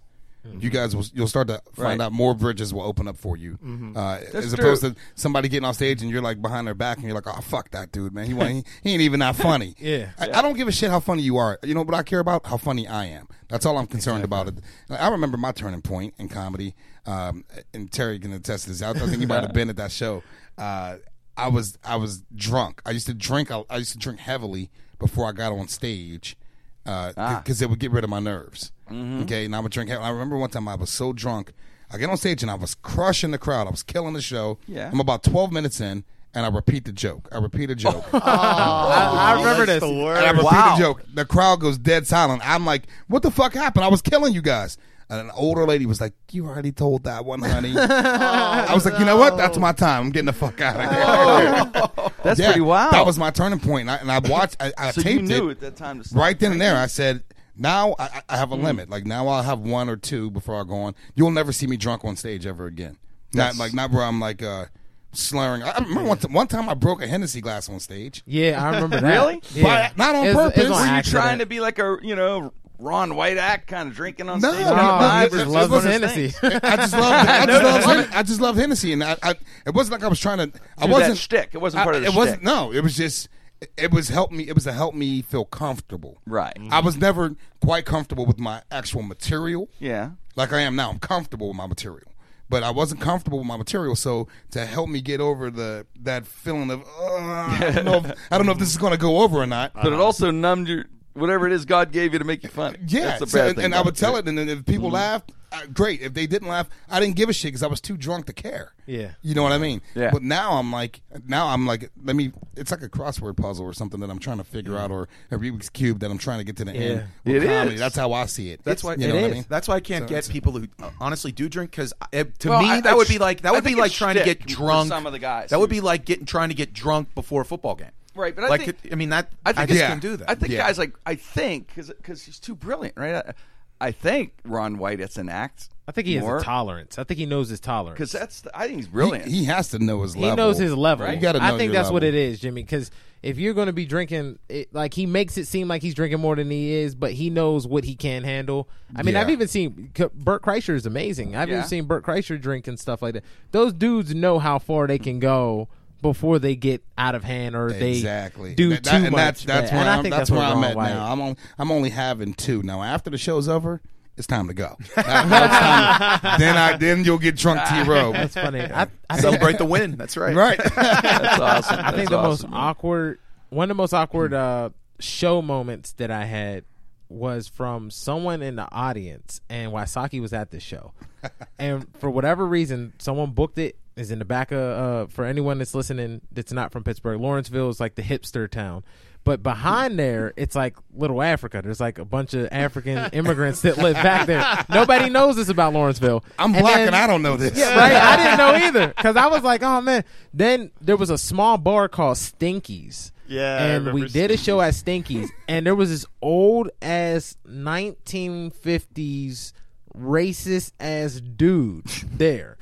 you guys will you'll start to find
Mm-hmm. Right. Mm-hmm.
out more bridges will open up for you, uh,
That's
as opposed
true.
to somebody getting off stage and you're like behind their back and you're like, oh fuck that dude, man. He wa- he, he ain't even that funny.
Yeah.
I, I don't give a shit how funny you are. You know what I care about? How funny I am. That's all I'm concerned about. It. I remember my turning point in comedy, um, and Terry can attest to this. I don't think you might have been at that show. Uh, I was I was drunk. I used to drink. I, I used to drink heavily before I got on stage, because it would get rid of my nerves. Okay, and I would drink. heavily. I remember one time I was so drunk. I get on stage and I was crushing the crowd. I was killing the show.
Yeah.
I'm about 12 minutes in, and I repeat the joke. I repeat a joke.
I, I remember this.
That's the
And I
word.
repeat
Wow.
the joke. The crowd goes dead silent. I'm like, what the fuck happened? I was killing you guys. And an older lady was like, you already told that one, honey. I was like, you know what? That's my time. I'm getting the fuck out of here.
Oh, That's
Yeah,
pretty wild.
That was my turning point. And I, and I watched, I, I
so you
taped
knew
it
at that time to stop. Mm.
right then and there. I said, now I, I have a limit. Like now I'll have one or two before I go on. You'll never see me drunk on stage ever again. Not like not where I'm like uh, slurring. I I remember one, t- one time I broke a Hennessy glass on stage.
Yeah, I remember that.
Really?
Yeah.
But not on
It was- it
purpose.
was on
Were you
accident.
trying
to be like a you know Ron White act kind of drinking on
No,
stage.
no,
Oh,
no,
I
it- it- it was- I just loved. I just loved, Hen- I just loved Hennessy, and I, I. It wasn't like I was trying to. I
Do that
wasn't
shtick. It wasn't
I-
part of the
It wasn't.
shtick.
No, it was just. it- It was help me. It was to help me feel comfortable.
Right.
I was never quite comfortable with my actual material.
Yeah.
Like I am now. I'm comfortable with my material, but I wasn't comfortable with my material. So to help me get over the that feeling of "Ugh, I don't know. If, I don't know if this is going to go over or not.
But it also numbed your whatever it is God gave you to make you funny.
Yeah,
that's the
so-
bad
and,
thing.
and I
about
would tell it, and then if people
Mhm.
laughed, uh, great. If they didn't laugh, I didn't give a shit because I was too drunk to care.
Yeah.
you know what I mean.
Yeah.
But now I'm like, now I'm like, let me. It's like a crossword puzzle or something that I'm trying to figure out, or a Rubik's cube that I'm trying to get to the end.
It
with
is.
comedy. That's how I see it.
That's why
you know what I mean.
That's why I can't
So
get people who uh, honestly do drink because to
Well,
me
I-
that
I
would be
sh-
like that
I
would be
think it's
like trying to
shtick
get
for
drunk.
some of the guys
that would
who-
be like getting trying to get drunk before a football game.
Right, but I
like
think-
it- I mean that
I think
just
it's-
can do that.
I think guys like I think because he's too brilliant, right? I, I think Ron White it's an act.
I think he
more,
has a tolerance. I think he knows his tolerance.
because that's the, I think he's brilliant.
He, he has to know his
He
level.
knows his level.
You gotta know
I think
your
that's what it
level.
is, Jimmy. Because if you're going to be drinking, it, like he makes it seem like he's drinking more than he is, but he knows what he can handle. I mean, I've
Yeah.
even seen C- Bert Kreischer is amazing. I've
Yeah.
even seen Bert Kreischer drink and stuff like that. Those dudes know how far they can go before they get out of hand or they
Exactly.
do
That-
too
that- and
much.
That's, that's
bad.
where
And I
I'm,
think
that's where
what
I'm
Ron
at
White-
now. I'm on, I'm only having two now. After the show's over, it's time to go. Now- now it's time- then I then you'll get drunk to your robe.
That's funny. I, I think-
celebrate the win. That's right.
Right.
that's awesome.
I think
That's
the
awesome,
most
man.
awkward, one of the most awkward uh, show moments that I had was from someone in the audience, and Waisaki was at the show, and for whatever reason, someone booked it. Is in the back of uh, for anyone that's listening that's not from Pittsburgh. Lawrenceville is like the hipster town. But behind there, it's like little Africa. There's like a bunch of African immigrants that live back there. Nobody knows this about Lawrenceville.
I'm
And
black
then-
and I don't know this.
yeah, right. I didn't know either because I was like, oh man. Then there was a small bar called Stinkies.
Yeah, I
and we
remember
did a show at Stinkies, and there was this old ass 1950s racist ass dude there,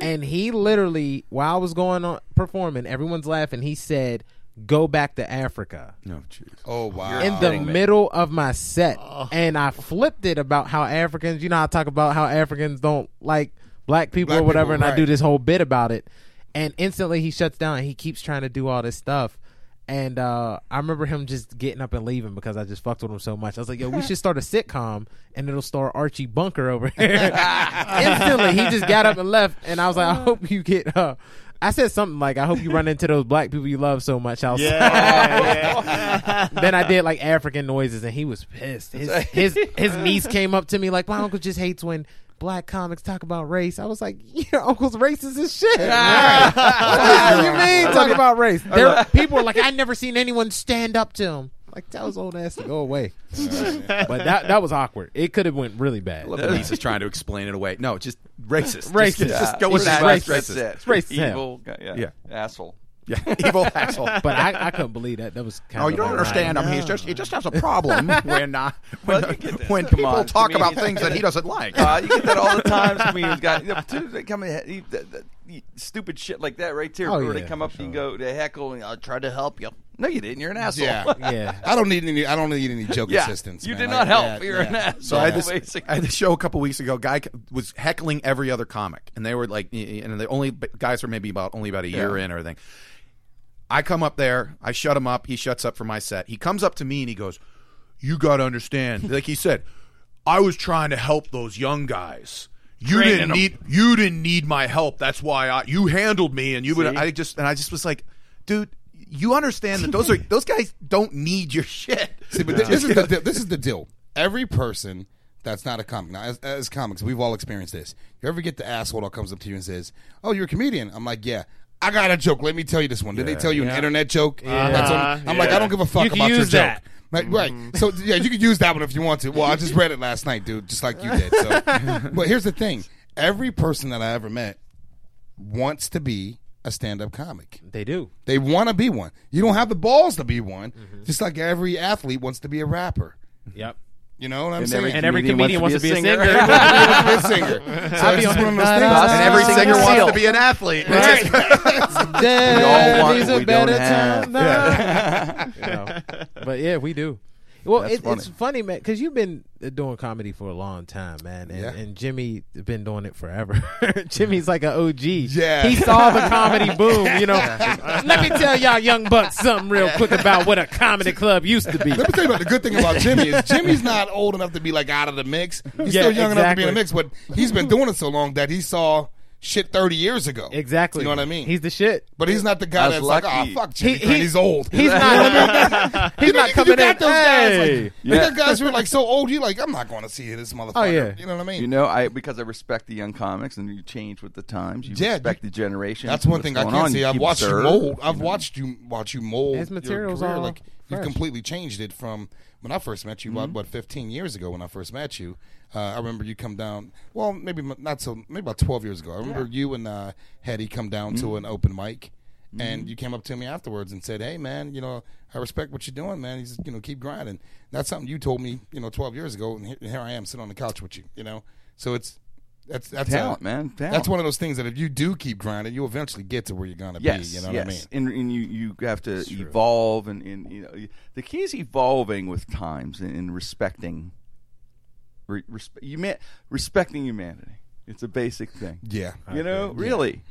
and he literally, while I was going on performing, everyone's laughing. He said, "Go back to Africa."
No, jeez.
Oh wow.
in the middle of my set, and I flipped it about how Africans. You know, I talk about how Africans don't like black people
Black
or whatever,
people,
and I
right.
do this whole bit about it. And instantly he shuts down. He keeps trying to do all this stuff. And uh, I remember him just getting up and leaving because I just fucked with him so much. I was like, "Yo, we should start a sitcom, and it'll star Archie Bunker over here." Instantly, he just got up and left, and I was like, "I hope you get." Uh, I said something like, "I hope you run into those black people you love so much outside." then I did like African noises, and he was pissed. His his his niece came up to me like, "My uncle just hates when black comics talk about race." I was like, "Your uncle's racist as shit." what do you mean talk about race? There, people are like, "I never seen anyone stand up to him." Like that was old ass to go away. but that that was awkward. It could have went really bad.
Denise is trying to explain it away. No, just racist.
Racist.
Just, just
Yeah.
go with
It's just
that. That's
racist.
That's it.
It's racist as hell.
Evil. guy, Yeah.
Yeah.
Asshole.
Yeah. Evil asshole.
But I, I couldn't believe that. That was kind
Oh,
of
you don't
like-
understand. I mean, he's just he just has a problem when uh,
Well,
when,
you get that.
when
Come
people
on,
talk
comedians
about things
do
that he
that.
doesn't like.
Uh, you get that all the time. Comedians got you know, dude, they come in, he, that, that, he- stupid shit like that right there.
Oh,
where they
yeah,
come up and go to heckle and I try to help you. No, you didn't. You're an asshole.
Yeah.
Yeah.
I don't need any. I don't need any joke
Yeah.
assistance.
You
man.
did
I-
not help.
yeah,
You're an
yeah.
asshole.
So I had, this,
basically.
I had this show a couple weeks ago. Guy c- was heckling every other comic, and they were like, and the only b- guys were maybe about only about a year in or everything. I come up there, I shut him up. He shuts up for my set. He comes up to me and he goes, "You got to understand." like he said, "I was trying to help those young guys." You
Training
didn't
'em.
need you didn't need my help. That's why I you handled me and you would I just and I just was like, dude, you understand that those are those guys don't need your shit.
See, but thi- this is the deal. this is the deal. Every person that's not a comic now, as, as comics, we've all experienced this. You ever get the asshole that comes up to you and says, "Oh, you're a comedian?" I'm like, "Yeah." I got a joke. Let me tell you this one. Did they tell you an internet joke? That's on- I'm like, I don't give a fuck
You can
about your
use that. Mm-hmm.
joke. Like, Right. So yeah, you could use that one if you want to. Well, I just read it last night, dude, just like you did. So, but here's the thing: every person that I ever met wants to be a stand-up comic.
They do.
They want to be
Mm-hmm.
one. You don't have the balls to be one, just like every athlete wants to be a rapper.
Yep.
You know what I'm
And
saying?
every And every comedian wants to comedian be a
Every
singer.
comedian wants to be a singer. So
I'd
it's
be
just
on
one of
the
those
side
things.
of- And every singer Singer wants to Seal.
be an athlete.
It's
Right.
just-
There
We all want
is
what
a
we don't
better
have.
time.
Yeah.
You know, But yeah, we do. Well,
That's
it, it's funny, man, because you've been uh, doing comedy for a long time, man, and,
Yeah.
and Jimmy been doing it forever. Jimmy's like an OG.
Yeah.
he saw the comedy boom. You know,
Yeah.
let me tell y'all, young bucks, something real quick about what a comedy club used to be.
Let me tell you about the good thing about Jimmy is Jimmy's not old enough to be like out of the mix. He's still
Yeah,
young enough to be in the mix,
exactly.
but he's been doing it so long that he saw shit 30 years ago.
Exactly.
You know what I mean?
He's the shit.
But he's not the guy that's like, oh, fuck Jimmy.
He-
Grant,
he-
he's old.
He's
You know
not.
what I mean?
he's
You
not
know,
coming
you got
in,
Those guys, like,
hey.
you
Yeah.
got guys who are like so old. You're like, I'm not going to see this
Oh,
motherfucker. You know what I mean?
You know, I because I respect the young comics and you change with the times. You
Yeah,
respect the generation.
That's one thing I can see. I've watched you mold. I've watched you watch you mold.
His
your
materials
career.
are
like you've
fresh. Mm-hmm.
completely changed it from when I first met you. About what 15 years ago when I first met you. Uh, I remember you come down. Well, maybe m- not so. Maybe about 12 years ago. I remember you and uh, Hetty come down to
Mhm.
an open mic. And
Mm-hmm.
Mhm.
you came up to me afterwards and said, "Hey, man, you know I respect what you're doing, man. You just, you know, keep grinding." That's something you told me, you know, 12 years ago, and here, here I am sitting on the couch with you, you know. So it's that's that's
Talent,
a-
man, talent.
That's one of those things that if you do keep grinding, you eventually get to where you're gonna
Yes,
be. You know
yes.
what I mean?
And, and you, you have to evolve, and, and you know the key is evolving with times and, and respecting. Re, respe- you man, respecting humanity. It's a basic thing.
Yeah.
you
I
know,
agree.
really,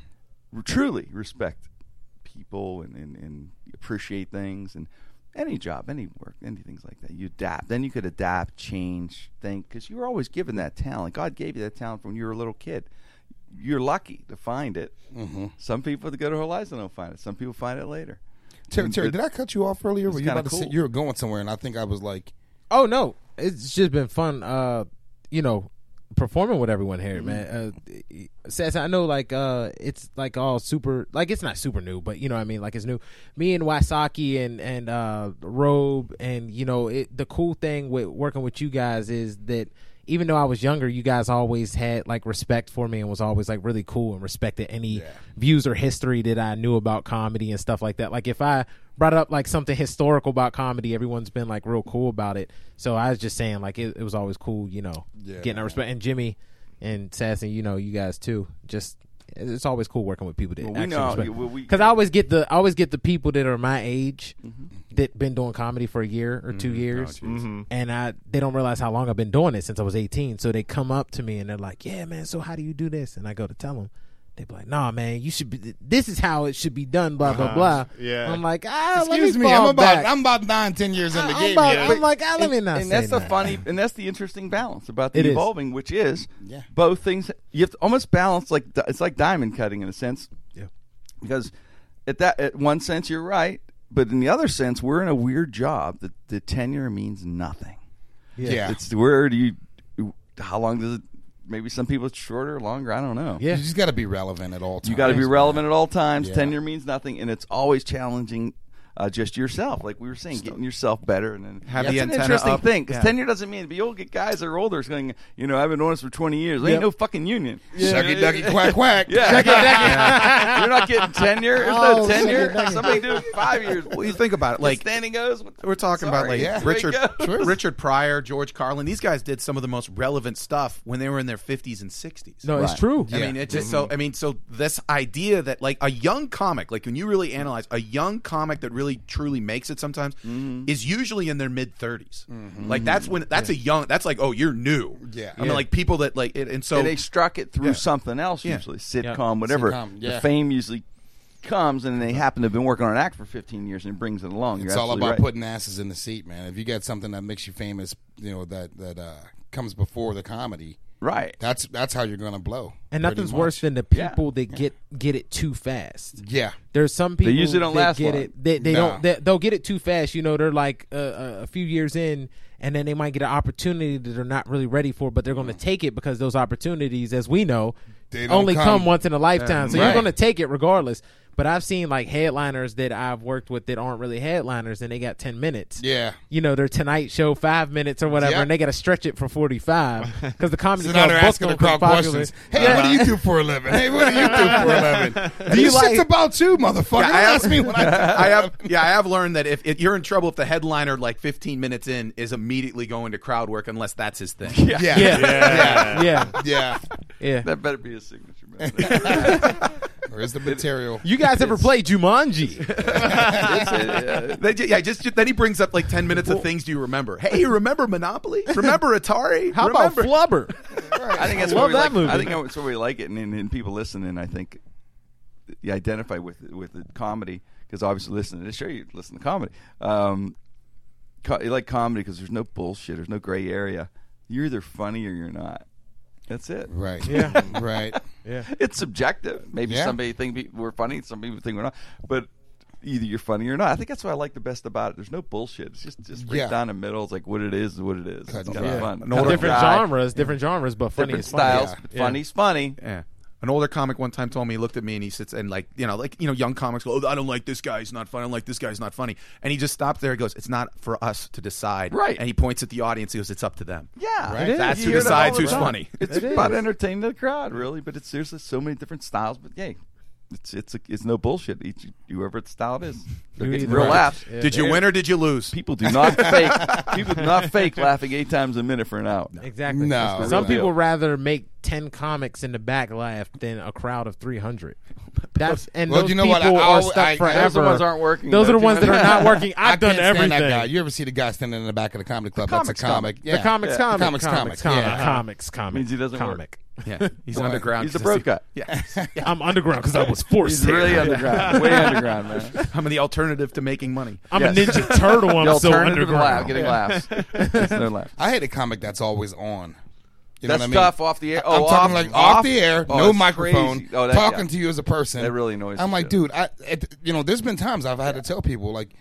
r- truly respect people and, and and appreciate things and any job, any work, anything's like that. You adapt. Then you could adapt, change, think because you were always given that talent. God gave you that talent from when you were a little kid. You're lucky to find it. Some people that go to Horizon don't find it. Some people find it later.
Terry,
And
Terry,
it-
did I cut you off earlier?
it's
Were you about
kinda
to say,
cool.
you were going somewhere, and I think I was like,
Oh no, it's just been fun. Uh, you know, performing with everyone here, man. Uh, says I know, like, uh, it's like all super, like it's not super new, but you know, what I mean, like it's new. Me and Wasaki and and uh, Robe, and you know, it, the cool thing with working with you guys is that. Even though I was younger, you guys always had like respect for me and was always like really cool and respected any views or history that I knew about comedy and stuff like that. Like if I brought up like something historical about comedy, everyone's been like real cool about it. So I was just saying like it, it was always cool, you know,
Yeah,
getting that respect. And Jimmy and Sass and you know you guys too. Just it's always cool working with people that
Well, we
actually
know-
respect.
well, we-
Because I always get the I always get the people that are my age
Mm-hmm.
that been doing comedy for a year or 2
Mhm. Oh,
years,
jeez. Mhm.
and I they don't realize how long I've been doing it since I was eighteen. So they come up to me and they're like, "Yeah, man, so how do you do this?" And I go to tell them. They be like, nah, man, you should be. This is how it should be done. Blah blah
Uh-huh.
blah.
Yeah.
I'm like, ah, let
"Excuse
me
me, I'm
fall
about
back.
I'm about nine, ten years in the
I'm
game."
about-
here.
I'm like, ah, let me not
and
say
that's the
that.
funny and that's the interesting balance about the
It is.
evolving which is
Yeah.
both things you have to almost balance like di- it's like diamond cutting in a sense
Yeah.
because at that at one sense you're right but in the other sense we're in a weird job that the tenure means nothing
Yeah. Yeah.
it's where do you how long does it maybe some people it's shorter longer i don't know
You just got to be relevant at all times.
you got to be
man.
relevant at all times.
Yeah.
Tenure means nothing, and it's always challenging. Uh, just yourself, like we were saying, getting yourself better, and then
Have
that's
the
an
antenna
interesting
up.
thing because
Yeah.
tenure doesn't mean. But you'll get guys that are older is going, you know, I've been doing this for twenty years. There
Yep.
ain't no fucking union.
Shucky ducky quack quack.
Yeah,
Shucky ducky.
you're not getting tenure. There's
Oh,
no
shucky
tenure.
ducky.
Somebody do it five years.
Well, you think about it, like
standing goes.
We're talking about like
Sorry. Yeah.
Richard
There you go.
Richard Pryor, George Carlin. These guys did some of the most relevant stuff when they were in their 50s and 60s.
No, it's Right. true.
I
Yeah.
mean, it just so I mean, so this idea that like a young comic, like when you really analyze a young comic that really truly makes it sometimes is usually in their mid 30s. Like that's when that's a young that's like oh, you're new.
Yeah.
I mean
Yeah.
like people that like it, and so
and they struck it through
Yeah.
something else,
Yeah.
usually sitcom, whatever.
Sitcom, yeah.
The fame usually comes, and they happen to have been working on an act for 15 years, and it brings it along.
It's
You're
all
absolutely
about
right.
putting asses in the seat, man. If you got something that makes you famous, you know that that uh, comes before the comedy.
Right.
That's that's how you're gonna blow.
And
pretty
nothing's
much.
worse than the people that get get it too fast.
Yeah.
there's some
They
people
usually don't
that
last
get
long.
it. They, they
Nah.
don't. They, they'll get it too fast. You know, they're like uh, uh, a few years in, and then they might get an opportunity that they're not really ready for, but they're going to take it because those opportunities, as we know,
Mm. They don't
only come,
come.
once in a
Yeah.
lifetime. So
Right.
you're going to take it regardless. But I've seen like headliners that I've worked with that aren't really headliners, and they got ten minutes.
Yeah.
you know their Tonight Show five minutes or whatever,
Yeah.
and they got to stretch it for forty five because the comedy
So now
club
they're
booked
asking
them
the crowd
for popular-
questions. Hey,
Yeah.
what do you do for a living? Hey, what do you do for a living? Do you like about you, motherfucker?
Yeah, I have,
Ask me what I do.
I have- yeah, I have learned that if, if you're in trouble, if the headliner like 15 minutes in is immediately going to crowd work, unless that's his thing. Yeah,
Yeah.
Yeah. Yeah. Yeah.
Yeah.
Yeah.
That better be a signature move.
Where's the material?
You guys ever played Jumanji?
They ju- yeah, just, ju- then he brings up like 10 minutes of things do you remember? Hey, you remember Monopoly? Remember Atari?
How about
remember?
Flubber?
I think that's
I love
why we
that
like,
movie.
I think that's why we like it, and, and, and people listening, I think, you identify with with the comedy because obviously listening to this show, you listen to comedy. Um, co- you like comedy because there's no bullshit, there's no gray area. You're either funny or you're not. That's it.
Right.
Yeah.
Right.
Yeah.
It's subjective. Maybe
Yeah.
somebody think we- we're funny, some people think we're not, but. Either you're funny or not. I think that's what I like the best about it. There's no bullshit. It's just just right
Yeah.
down the middle. It's like what it is, is what it is.
Cut
It's
and
kind
dry.
of fun.
An older
different
guy,
genres, different genres, but funny
different
as fuck.
styles. but Funny's funny.
Yeah. An older comic one time told me he looked at me and he sits and like you know like you know young comics go oh, I don't like this guy he's not funny I don't like this guy he's not funny and he just stopped there and goes it's not for us to decide
Right.
and he points at the audience he goes it's up to them
Yeah,
Right. It is.
That's who
You hear that all
decides
the
who's
time.
funny.
It's
It
about
is.
entertaining the crowd, really. But it's seriously so many different styles. But yay, it's it's it's no bullshit. Each whoever its style it is, they're
You
getting
either-
real
Right.
laughs.
Yeah.
did you win or did you lose
People do not fake. People do not fake laughing eight times a minute for an hour.
Exactly.
No. That's the
Some
real
people
deal.
rather make ten comics in the back laugh than a crowd of three hundred. That's and
Well,
those
you know what?
people
I- I
are
always-
stuck
I- those
forever.
are the
ones that aren't working,
Those
though.
are the ones that are not working. I've done
can't
everything.
stand that guy. You ever see the guy standing in the back of the comedy club? That's a comic. Yeah.
The comics, comic,
The
comics, comics, comics,
comic.
comic,
Yeah.
comics, comic.
Means he doesn't work.
comic.
yeah he's underground
He's a
'cause
broke guy.
yeah
I'm underground because I was forced.
He's
here.
really underground, way underground, man.
I'm the alternative to making money
I'm a
Yes.
Ninja Turtle.
the
I'm so
alternative to laugh,
underground.
getting laughs. There's no laughs.
I hate a comic that's always on. You know
That's
what I mean?
tough off the air.
I'm
Oh,
talking
off-
like
off-
off, the air,
oh,
no
it's
microphone,
crazy. Oh, that-
talking
yeah.
to you as a person.
That really annoys
I'm
the
like,
shit.
dude, I, at, you know, there's been times I've had to tell people like,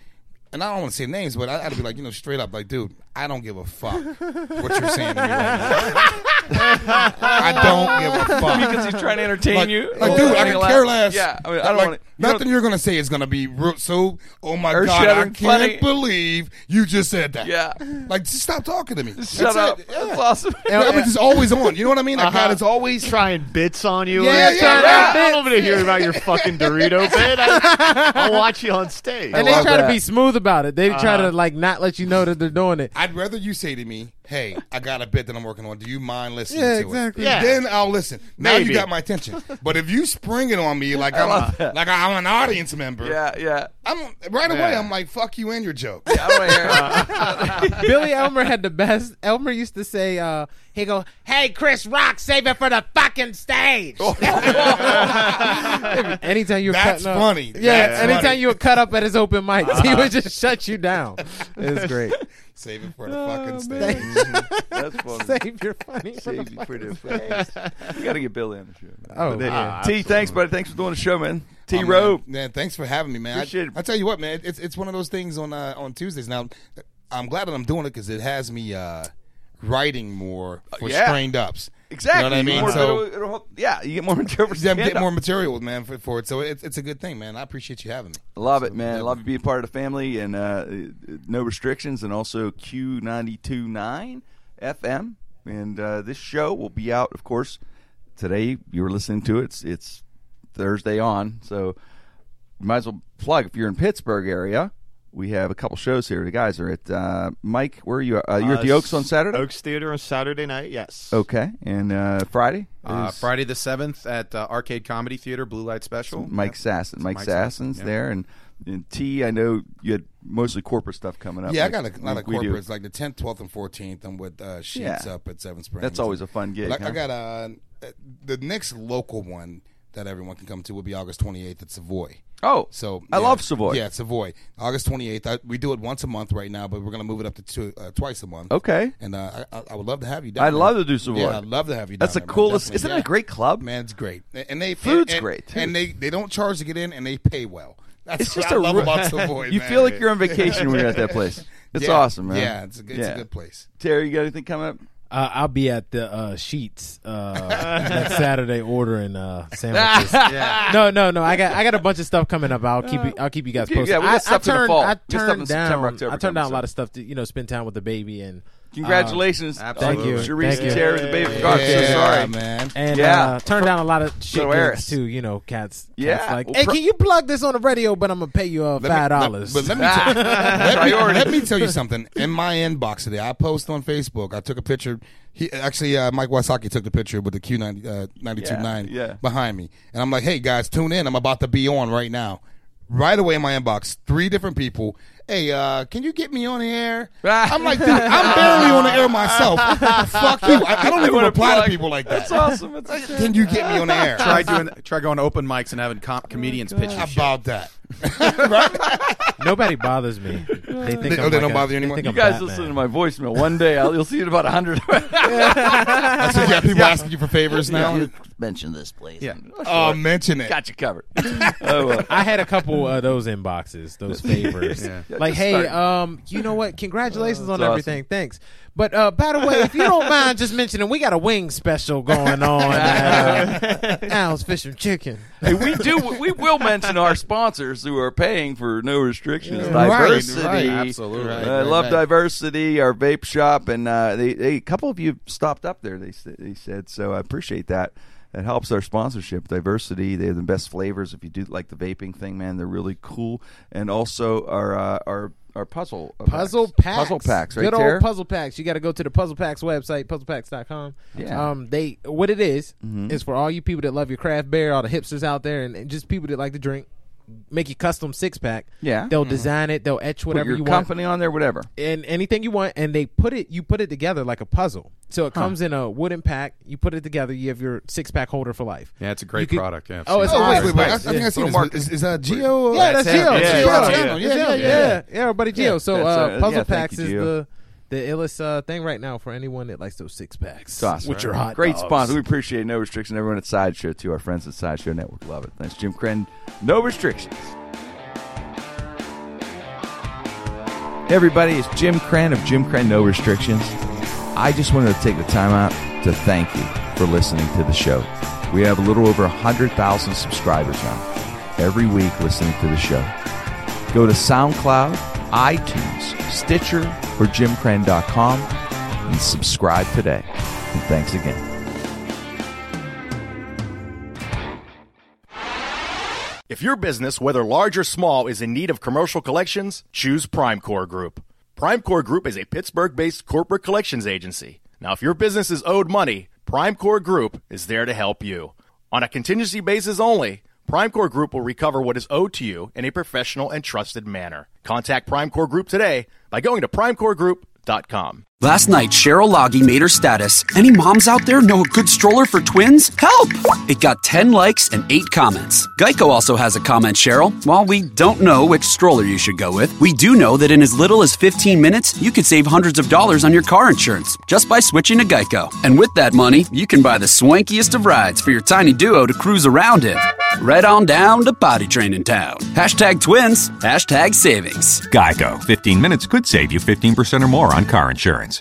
and I don't want to say names, but I had to be like, you know, straight up, like, dude, I don't give a fuck what you're saying to me. Right now. I don't give a fuck.
because he's trying to entertain
like,
you.
like,
Oh,
dude,
and
I
he
can
laughs.
care less.
Yeah, I mean, I don't
like,
want to.
nothing you're gonna say is gonna be real, so. Oh my
Earth
god, I
shattering
can't
funny.
believe you just said that.
Yeah.
like just stop talking to me.
Shut
That's
up.
It. Yeah.
That's awesome. Uh-huh.
Yeah, I mean, it's always on. You know what I mean? Like, God, it's always
trying bits on you.
Yeah,
and
yeah,
trying-
yeah.
I don't want to hear about your fucking Dorito bit. I, I'll watch you on stage.
And they
love
try to
that.
be smooth about it. They try to like not let you know that they're doing it.
I'd rather you say to me, "Hey, I got a bit that I'm working on. Do you mind listening
Yeah,
to
exactly.
it?"
Yeah.
Then I'll listen. Now
Maybe.
you got my attention. But if you spring it on me like I'm a, like I'm an audience member,
Yeah, yeah.
I'm right away. I'm like, "Fuck you and your joke."
I don't wanna hear it.
Billy Elmer had the best. Elmer used to say, uh, he go, "Hey, Chris Rock, save it for the fucking stage." anytime you were
That's
cutting up-
funny.
yeah.
That's
anytime
funny.
you would cut up at his open mics, he would just shut you down. It's great.
Save it for the
Oh,
fucking stage.
That's funny.
Save your funny. for the
Save you for the face. You got to get Billy on the show. man.
Oh,
But hey,
ah,
T, thanks, buddy. Thanks for doing the show, man. T
Oh, man.
Robe.
Man, thanks for having me, man.
Appreciate it.
I, I tell you what, man, it's it's one of those things on uh, on Tuesdays. Now, I'm glad that I'm doing it because it has me uh, writing more for
Uh, yeah.
strained ups.
Exactly.
You know what I mean?
More-
so
it'll- it'll- yeah, you get more material. for
yeah, get
stand-up.
more material, man, for, for it. So it's it's a good thing, man. I appreciate you having me.
Love it, man. Love to be a part of the family and uh, no restrictions, and also Q92.9 FM. And uh, this show will be out, of course, today. You were listening to it. It's, it's Thursday on, so you might as well plug if you're in Pittsburgh area. We have a couple shows here. The guys are at uh, Mike. Where are you? Uh, you're at the
Uh,
Oaks on Saturday.
Oaks Theater on Saturday night. Yes.
Okay, and uh, Friday.
uh,
is-
Friday the seventh at uh, Arcade Comedy Theater Blue Light Special
Mike Sasson. Mike,
Mike Sasson,
Sasson's
yeah.
there, and, and T. I know you had mostly corporate stuff coming up.
Yeah, I
like-
got a lot
like
of
Uh, we do.
corporates, like the 10th, 12th, and 14th. I'm with uh, Sheets
Yeah.
up at Seven Springs.
That's always a fun gig.
Like,
huh?
I got uh, the next local one that everyone can come to will be August 28th at Savoy.
Oh,
So
I
yeah.
love Savoy.
Yeah, Savoy. August 28th. I, we do it once a month right now, but we're going to move it up to two, uh, twice a month.
Okay.
And uh, I, I- I would love to have you down.
I'd
there.
love to do Savoy.
Yeah, I'd love to have you down.
That's the
there, man.
coolest.
Definitely,
Isn't
yeah.
it a great club?
Man, it's great. And they
Food's
and- and-
great, too.
And they, they don't charge to get in, and they pay well. That's
It's
what
just
I
a
love
re-
about Savoy.
You
man.
feel like you're on vacation when you're at that place. It's
Yeah.
awesome, man.
Yeah, it's a, it's a good place.
Terry, you got anything coming up?
Uh, I'll be at the uh, Sheets uh, next Saturday ordering uh, sandwiches. No, no, no. I got I got a bunch of stuff coming up. I'll keep you, I'll keep you guys
Yeah,
posted.
yeah, we got
I,
stuff in
I
the
turned,
fall.
I
Got stuff in
turned
September,
down
October
I turned down a
coming
lot of stuff to you know spend time with the baby and uh,
Congratulations.
thank you,
Absolutely. Sharice
thank
and
you.
Terry, the baby. God, I'm so Yeah, sorry. man.
And
Yeah.
uh, turned down a lot of shit
Solaris.
gigs, too. You know, cats. cats
Yeah.
like,
Well,
hey,
pro-
can you plug this on the radio? But I'm gonna pay you uh,
Let me-
five dollars.
let- But let me, tell, let, me, let me tell you something. In my inbox today, I post on Facebook. I took a picture. He actually, uh, Mike Wasaki took the picture with the Q ninety uh, ninety two nine
Yeah, yeah.
behind me, and I'm like, "Hey guys, tune in. I'm about to be on right now." Right away in my inbox, three different people. Hey, uh, can you get me on the air? I'm like, dude, I'm barely on the air myself. Fuck you. I, I don't even reply to people like that.
That's awesome. It's
Can you get me on the air?
try doing try going to open mics and having comp comedians pitch your shit.
about that.
Nobody bothers me. They think
They-
I'm
oh, they
like
don't
a-
bother you
they
anymore?
think
You
I'm
guys
Batman.
listen to my voicemail one day. I'll, you'll see it about 100.
I said, yeah, people asking you for favors now.
mention this place. Yeah.
Oh, mention it.
Got you covered. oh, well.
I had a couple of those inboxes, those favors.
Yeah. Yeah,
Like,
just
hey,
start- Oh,
um, you know what? Congratulations on
awesome.
everything. Thanks. But uh, by the way, if you don't mind just mentioning, we got a wing special going on. at, uh, Al's Fish and Chicken.
Hey, we do. We will mention our sponsors who are paying for no restrictions.
Yeah. Right,
diversity,
right.
Absolutely.
I
Right, right,
love
right.
diversity. Our vape shop, and uh, they, they, a couple of you stopped up there. They said- they said so. I appreciate that. That helps our sponsorship. Diversity. They have the best flavors. If you do like the vaping thing, man, they're really cool. And also our uh, our our puzzle packs.
Puzzle packs.
puzzle packs right
Good old
there.
puzzle packs. You got to go to the puzzle packs website, puzzlepacks.com.
Yeah. Mm-hmm.
Um, they what it is, is for all you people that love your craft beer, all the hipsters out there, and, and just people that like to drink. Make your custom six pack.
Yeah.
They'll design it. They'll etch
Put
whatever
your
you want.
company on there, whatever.
and anything you want and they put it you put it together like a puzzle so it comes in a wooden pack you put it together you have your six pack holder for life
Yeah, it's a great
You could-
product. Yeah, I've
oh
seen
it's
it.
Oh, wait, wait, wait. I, I
nice.
think
yeah.
I seen this. Is, is that Geo?
Yeah, that's Geo.
Yeah,
It's
Geo.
Geo's
Yeah,
channel.
yeah,
yeah, yeah,
yeah,
yeah, yeah, buddy Geo. So
That's, uh,
uh, puzzle
yeah, thank
packs
you,
is
Geo.
the the illest uh, thing right now for anyone that likes those six packs.
It's awesome.
With your hot
Great
dogs.
sponsor. We appreciate No Restriction. Everyone at Sideshow, too. Our friends at Sideshow Network love it. Thanks, Jim Crenn. No Restrictions. Hey, everybody, it's Jim Crenn of Jim Crenn No Restrictions. I just wanted to take the time out to thank you for listening to the show. We have a little over 100,000 subscribers now, every week listening to the show go to SoundCloud, iTunes, Stitcher, or jimcran.com and subscribe today. And thanks again.
If your business, whether large or small, is in need of commercial collections, choose Primecore Group. Primecore Group is a Pittsburgh based corporate collections agency. Now, if your business is owed money, Primecore Group is there to help you. On a contingency basis only, Primecore Group will recover what is owed to you in a professional and trusted manner. Contact Primecore Group today by going to primecoregroup.com.
Last night, Cheryl Loggy made her status. Any moms out there know a good stroller for twins? Help! It got 10 likes and 8 comments. Geico also has a comment, Cheryl. While we don't know which stroller you should go with, we do know that in as little as 15 minutes, you could save hundreds of dollars on your car insurance just by switching to Geico. And with that money, you can buy the swankiest of rides for your tiny duo to cruise around in. Right on down to Potty Training Town. Hashtag twins, hashtag savings.
Geico. 15 minutes could save you 15% or more on car insurance.